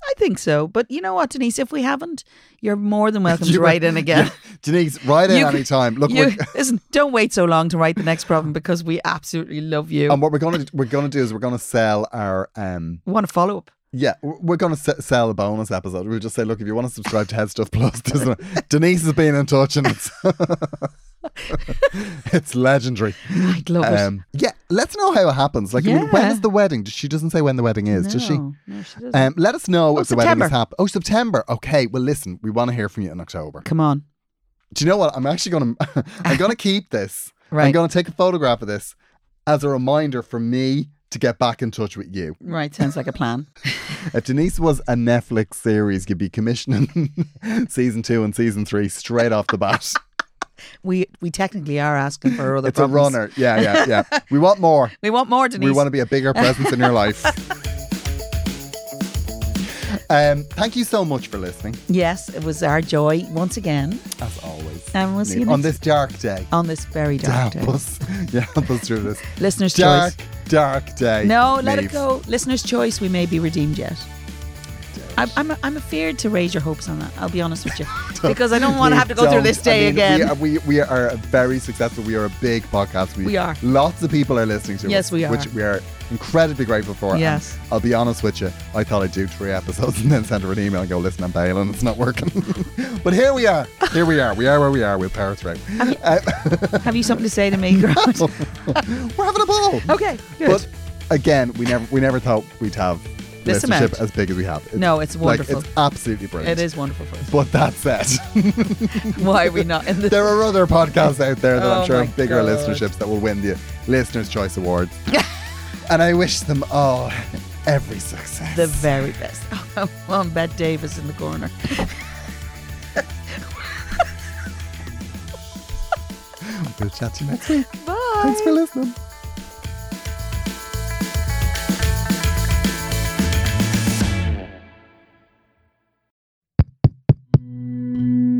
[SPEAKER 4] I think so. But you know what, Denise? If we haven't, you're more than welcome to
[SPEAKER 3] You-
[SPEAKER 4] write in again.
[SPEAKER 3] Denise, write in
[SPEAKER 4] You-
[SPEAKER 3] any time. Look,
[SPEAKER 4] You,
[SPEAKER 3] we're,
[SPEAKER 4] listen, don't wait so long to write the next problem because we absolutely love you.
[SPEAKER 3] and what we're gonna we're gonna do is we're gonna sell our um
[SPEAKER 4] want a follow up?
[SPEAKER 3] Yeah, w- we're going to s- sell a bonus episode. We'll just say, look, if you want to subscribe to Head Stuff Plus, there's a- Denise has been in touch, and it's it's legendary. Um,
[SPEAKER 4] I love it.
[SPEAKER 3] yeah, let's know how it happens. Like, I mean, when
[SPEAKER 4] Yeah.
[SPEAKER 3] is the wedding? She doesn't say when the wedding is, does she?
[SPEAKER 4] No, no, she doesn't.
[SPEAKER 3] Um, let us know
[SPEAKER 4] Oh,
[SPEAKER 3] if the wedding
[SPEAKER 4] September.
[SPEAKER 3] is happening. Oh, September. Okay. Well, listen, we want to hear from you in October.
[SPEAKER 4] Come on.
[SPEAKER 3] Do you know what? I'm actually gonna I'm gonna keep this. I'm
[SPEAKER 4] Right.
[SPEAKER 3] gonna take a photograph of this as a reminder for me to get back in touch with you.
[SPEAKER 4] Right, sounds like a plan.
[SPEAKER 3] If Denise was a Netflix series, you'd be commissioning season two and season three straight off the bat.
[SPEAKER 4] We we technically are asking for other
[SPEAKER 3] it's a
[SPEAKER 4] problems.
[SPEAKER 3] runner. Yeah, yeah, yeah. We want more.
[SPEAKER 4] We want more, Denise.
[SPEAKER 3] We want to be a bigger presence in your life. Um, thank you so much for listening,
[SPEAKER 4] Yes, it was our joy once again.
[SPEAKER 3] as always.
[SPEAKER 4] And we'll see you
[SPEAKER 3] on this
[SPEAKER 4] next-
[SPEAKER 3] dark day.
[SPEAKER 4] On this very
[SPEAKER 3] To
[SPEAKER 4] dark
[SPEAKER 3] help
[SPEAKER 4] day.
[SPEAKER 3] us, yeah, help us through this
[SPEAKER 4] Listener's
[SPEAKER 3] dark,
[SPEAKER 4] choice.
[SPEAKER 3] dark day.
[SPEAKER 4] No, let it
[SPEAKER 3] Niamh.
[SPEAKER 4] go. Listener's choice, we may be redeemed yet. I'm, I'm, I'm afeard to raise your hopes on that. I'll be honest with you. because I don't want to
[SPEAKER 3] We
[SPEAKER 4] have to go through
[SPEAKER 3] don't-
[SPEAKER 4] this
[SPEAKER 3] I
[SPEAKER 4] day
[SPEAKER 3] mean,
[SPEAKER 4] again.
[SPEAKER 3] We are, we, we are very successful. We are a big podcast.
[SPEAKER 4] We are.
[SPEAKER 3] Lots of people are listening to
[SPEAKER 4] Yes,
[SPEAKER 3] us.
[SPEAKER 4] we are.
[SPEAKER 3] Which we are incredibly grateful for. And
[SPEAKER 4] Yes.
[SPEAKER 3] I'll be honest with you. I thought I'd do three episodes and then send her an email and go, listen, I'm bailing. It's not working. but here we are. Here we are. We are where we are. We'll power through. Uh,
[SPEAKER 4] Have you something to say to me, Grant?
[SPEAKER 3] we're having a ball.
[SPEAKER 4] okay, good.
[SPEAKER 3] But again, we never we never thought we'd have
[SPEAKER 4] This
[SPEAKER 3] listenership
[SPEAKER 4] amount.
[SPEAKER 3] as big as we have. It's,
[SPEAKER 4] No, it's wonderful.
[SPEAKER 3] Like, it's absolutely brilliant.
[SPEAKER 4] it is wonderful for us.
[SPEAKER 3] But that said.
[SPEAKER 4] Why are we not in this?
[SPEAKER 3] There are other podcasts out there that I'm
[SPEAKER 4] Oh
[SPEAKER 3] sure
[SPEAKER 4] my
[SPEAKER 3] have bigger
[SPEAKER 4] God.
[SPEAKER 3] listenerships that will win the Listener's Choice Awards. and I wish them all every success.
[SPEAKER 4] The very best. Oh, I'm Bet Davis in the corner.
[SPEAKER 3] we'll chat to you next week.
[SPEAKER 4] Bye.
[SPEAKER 3] Thanks for listening.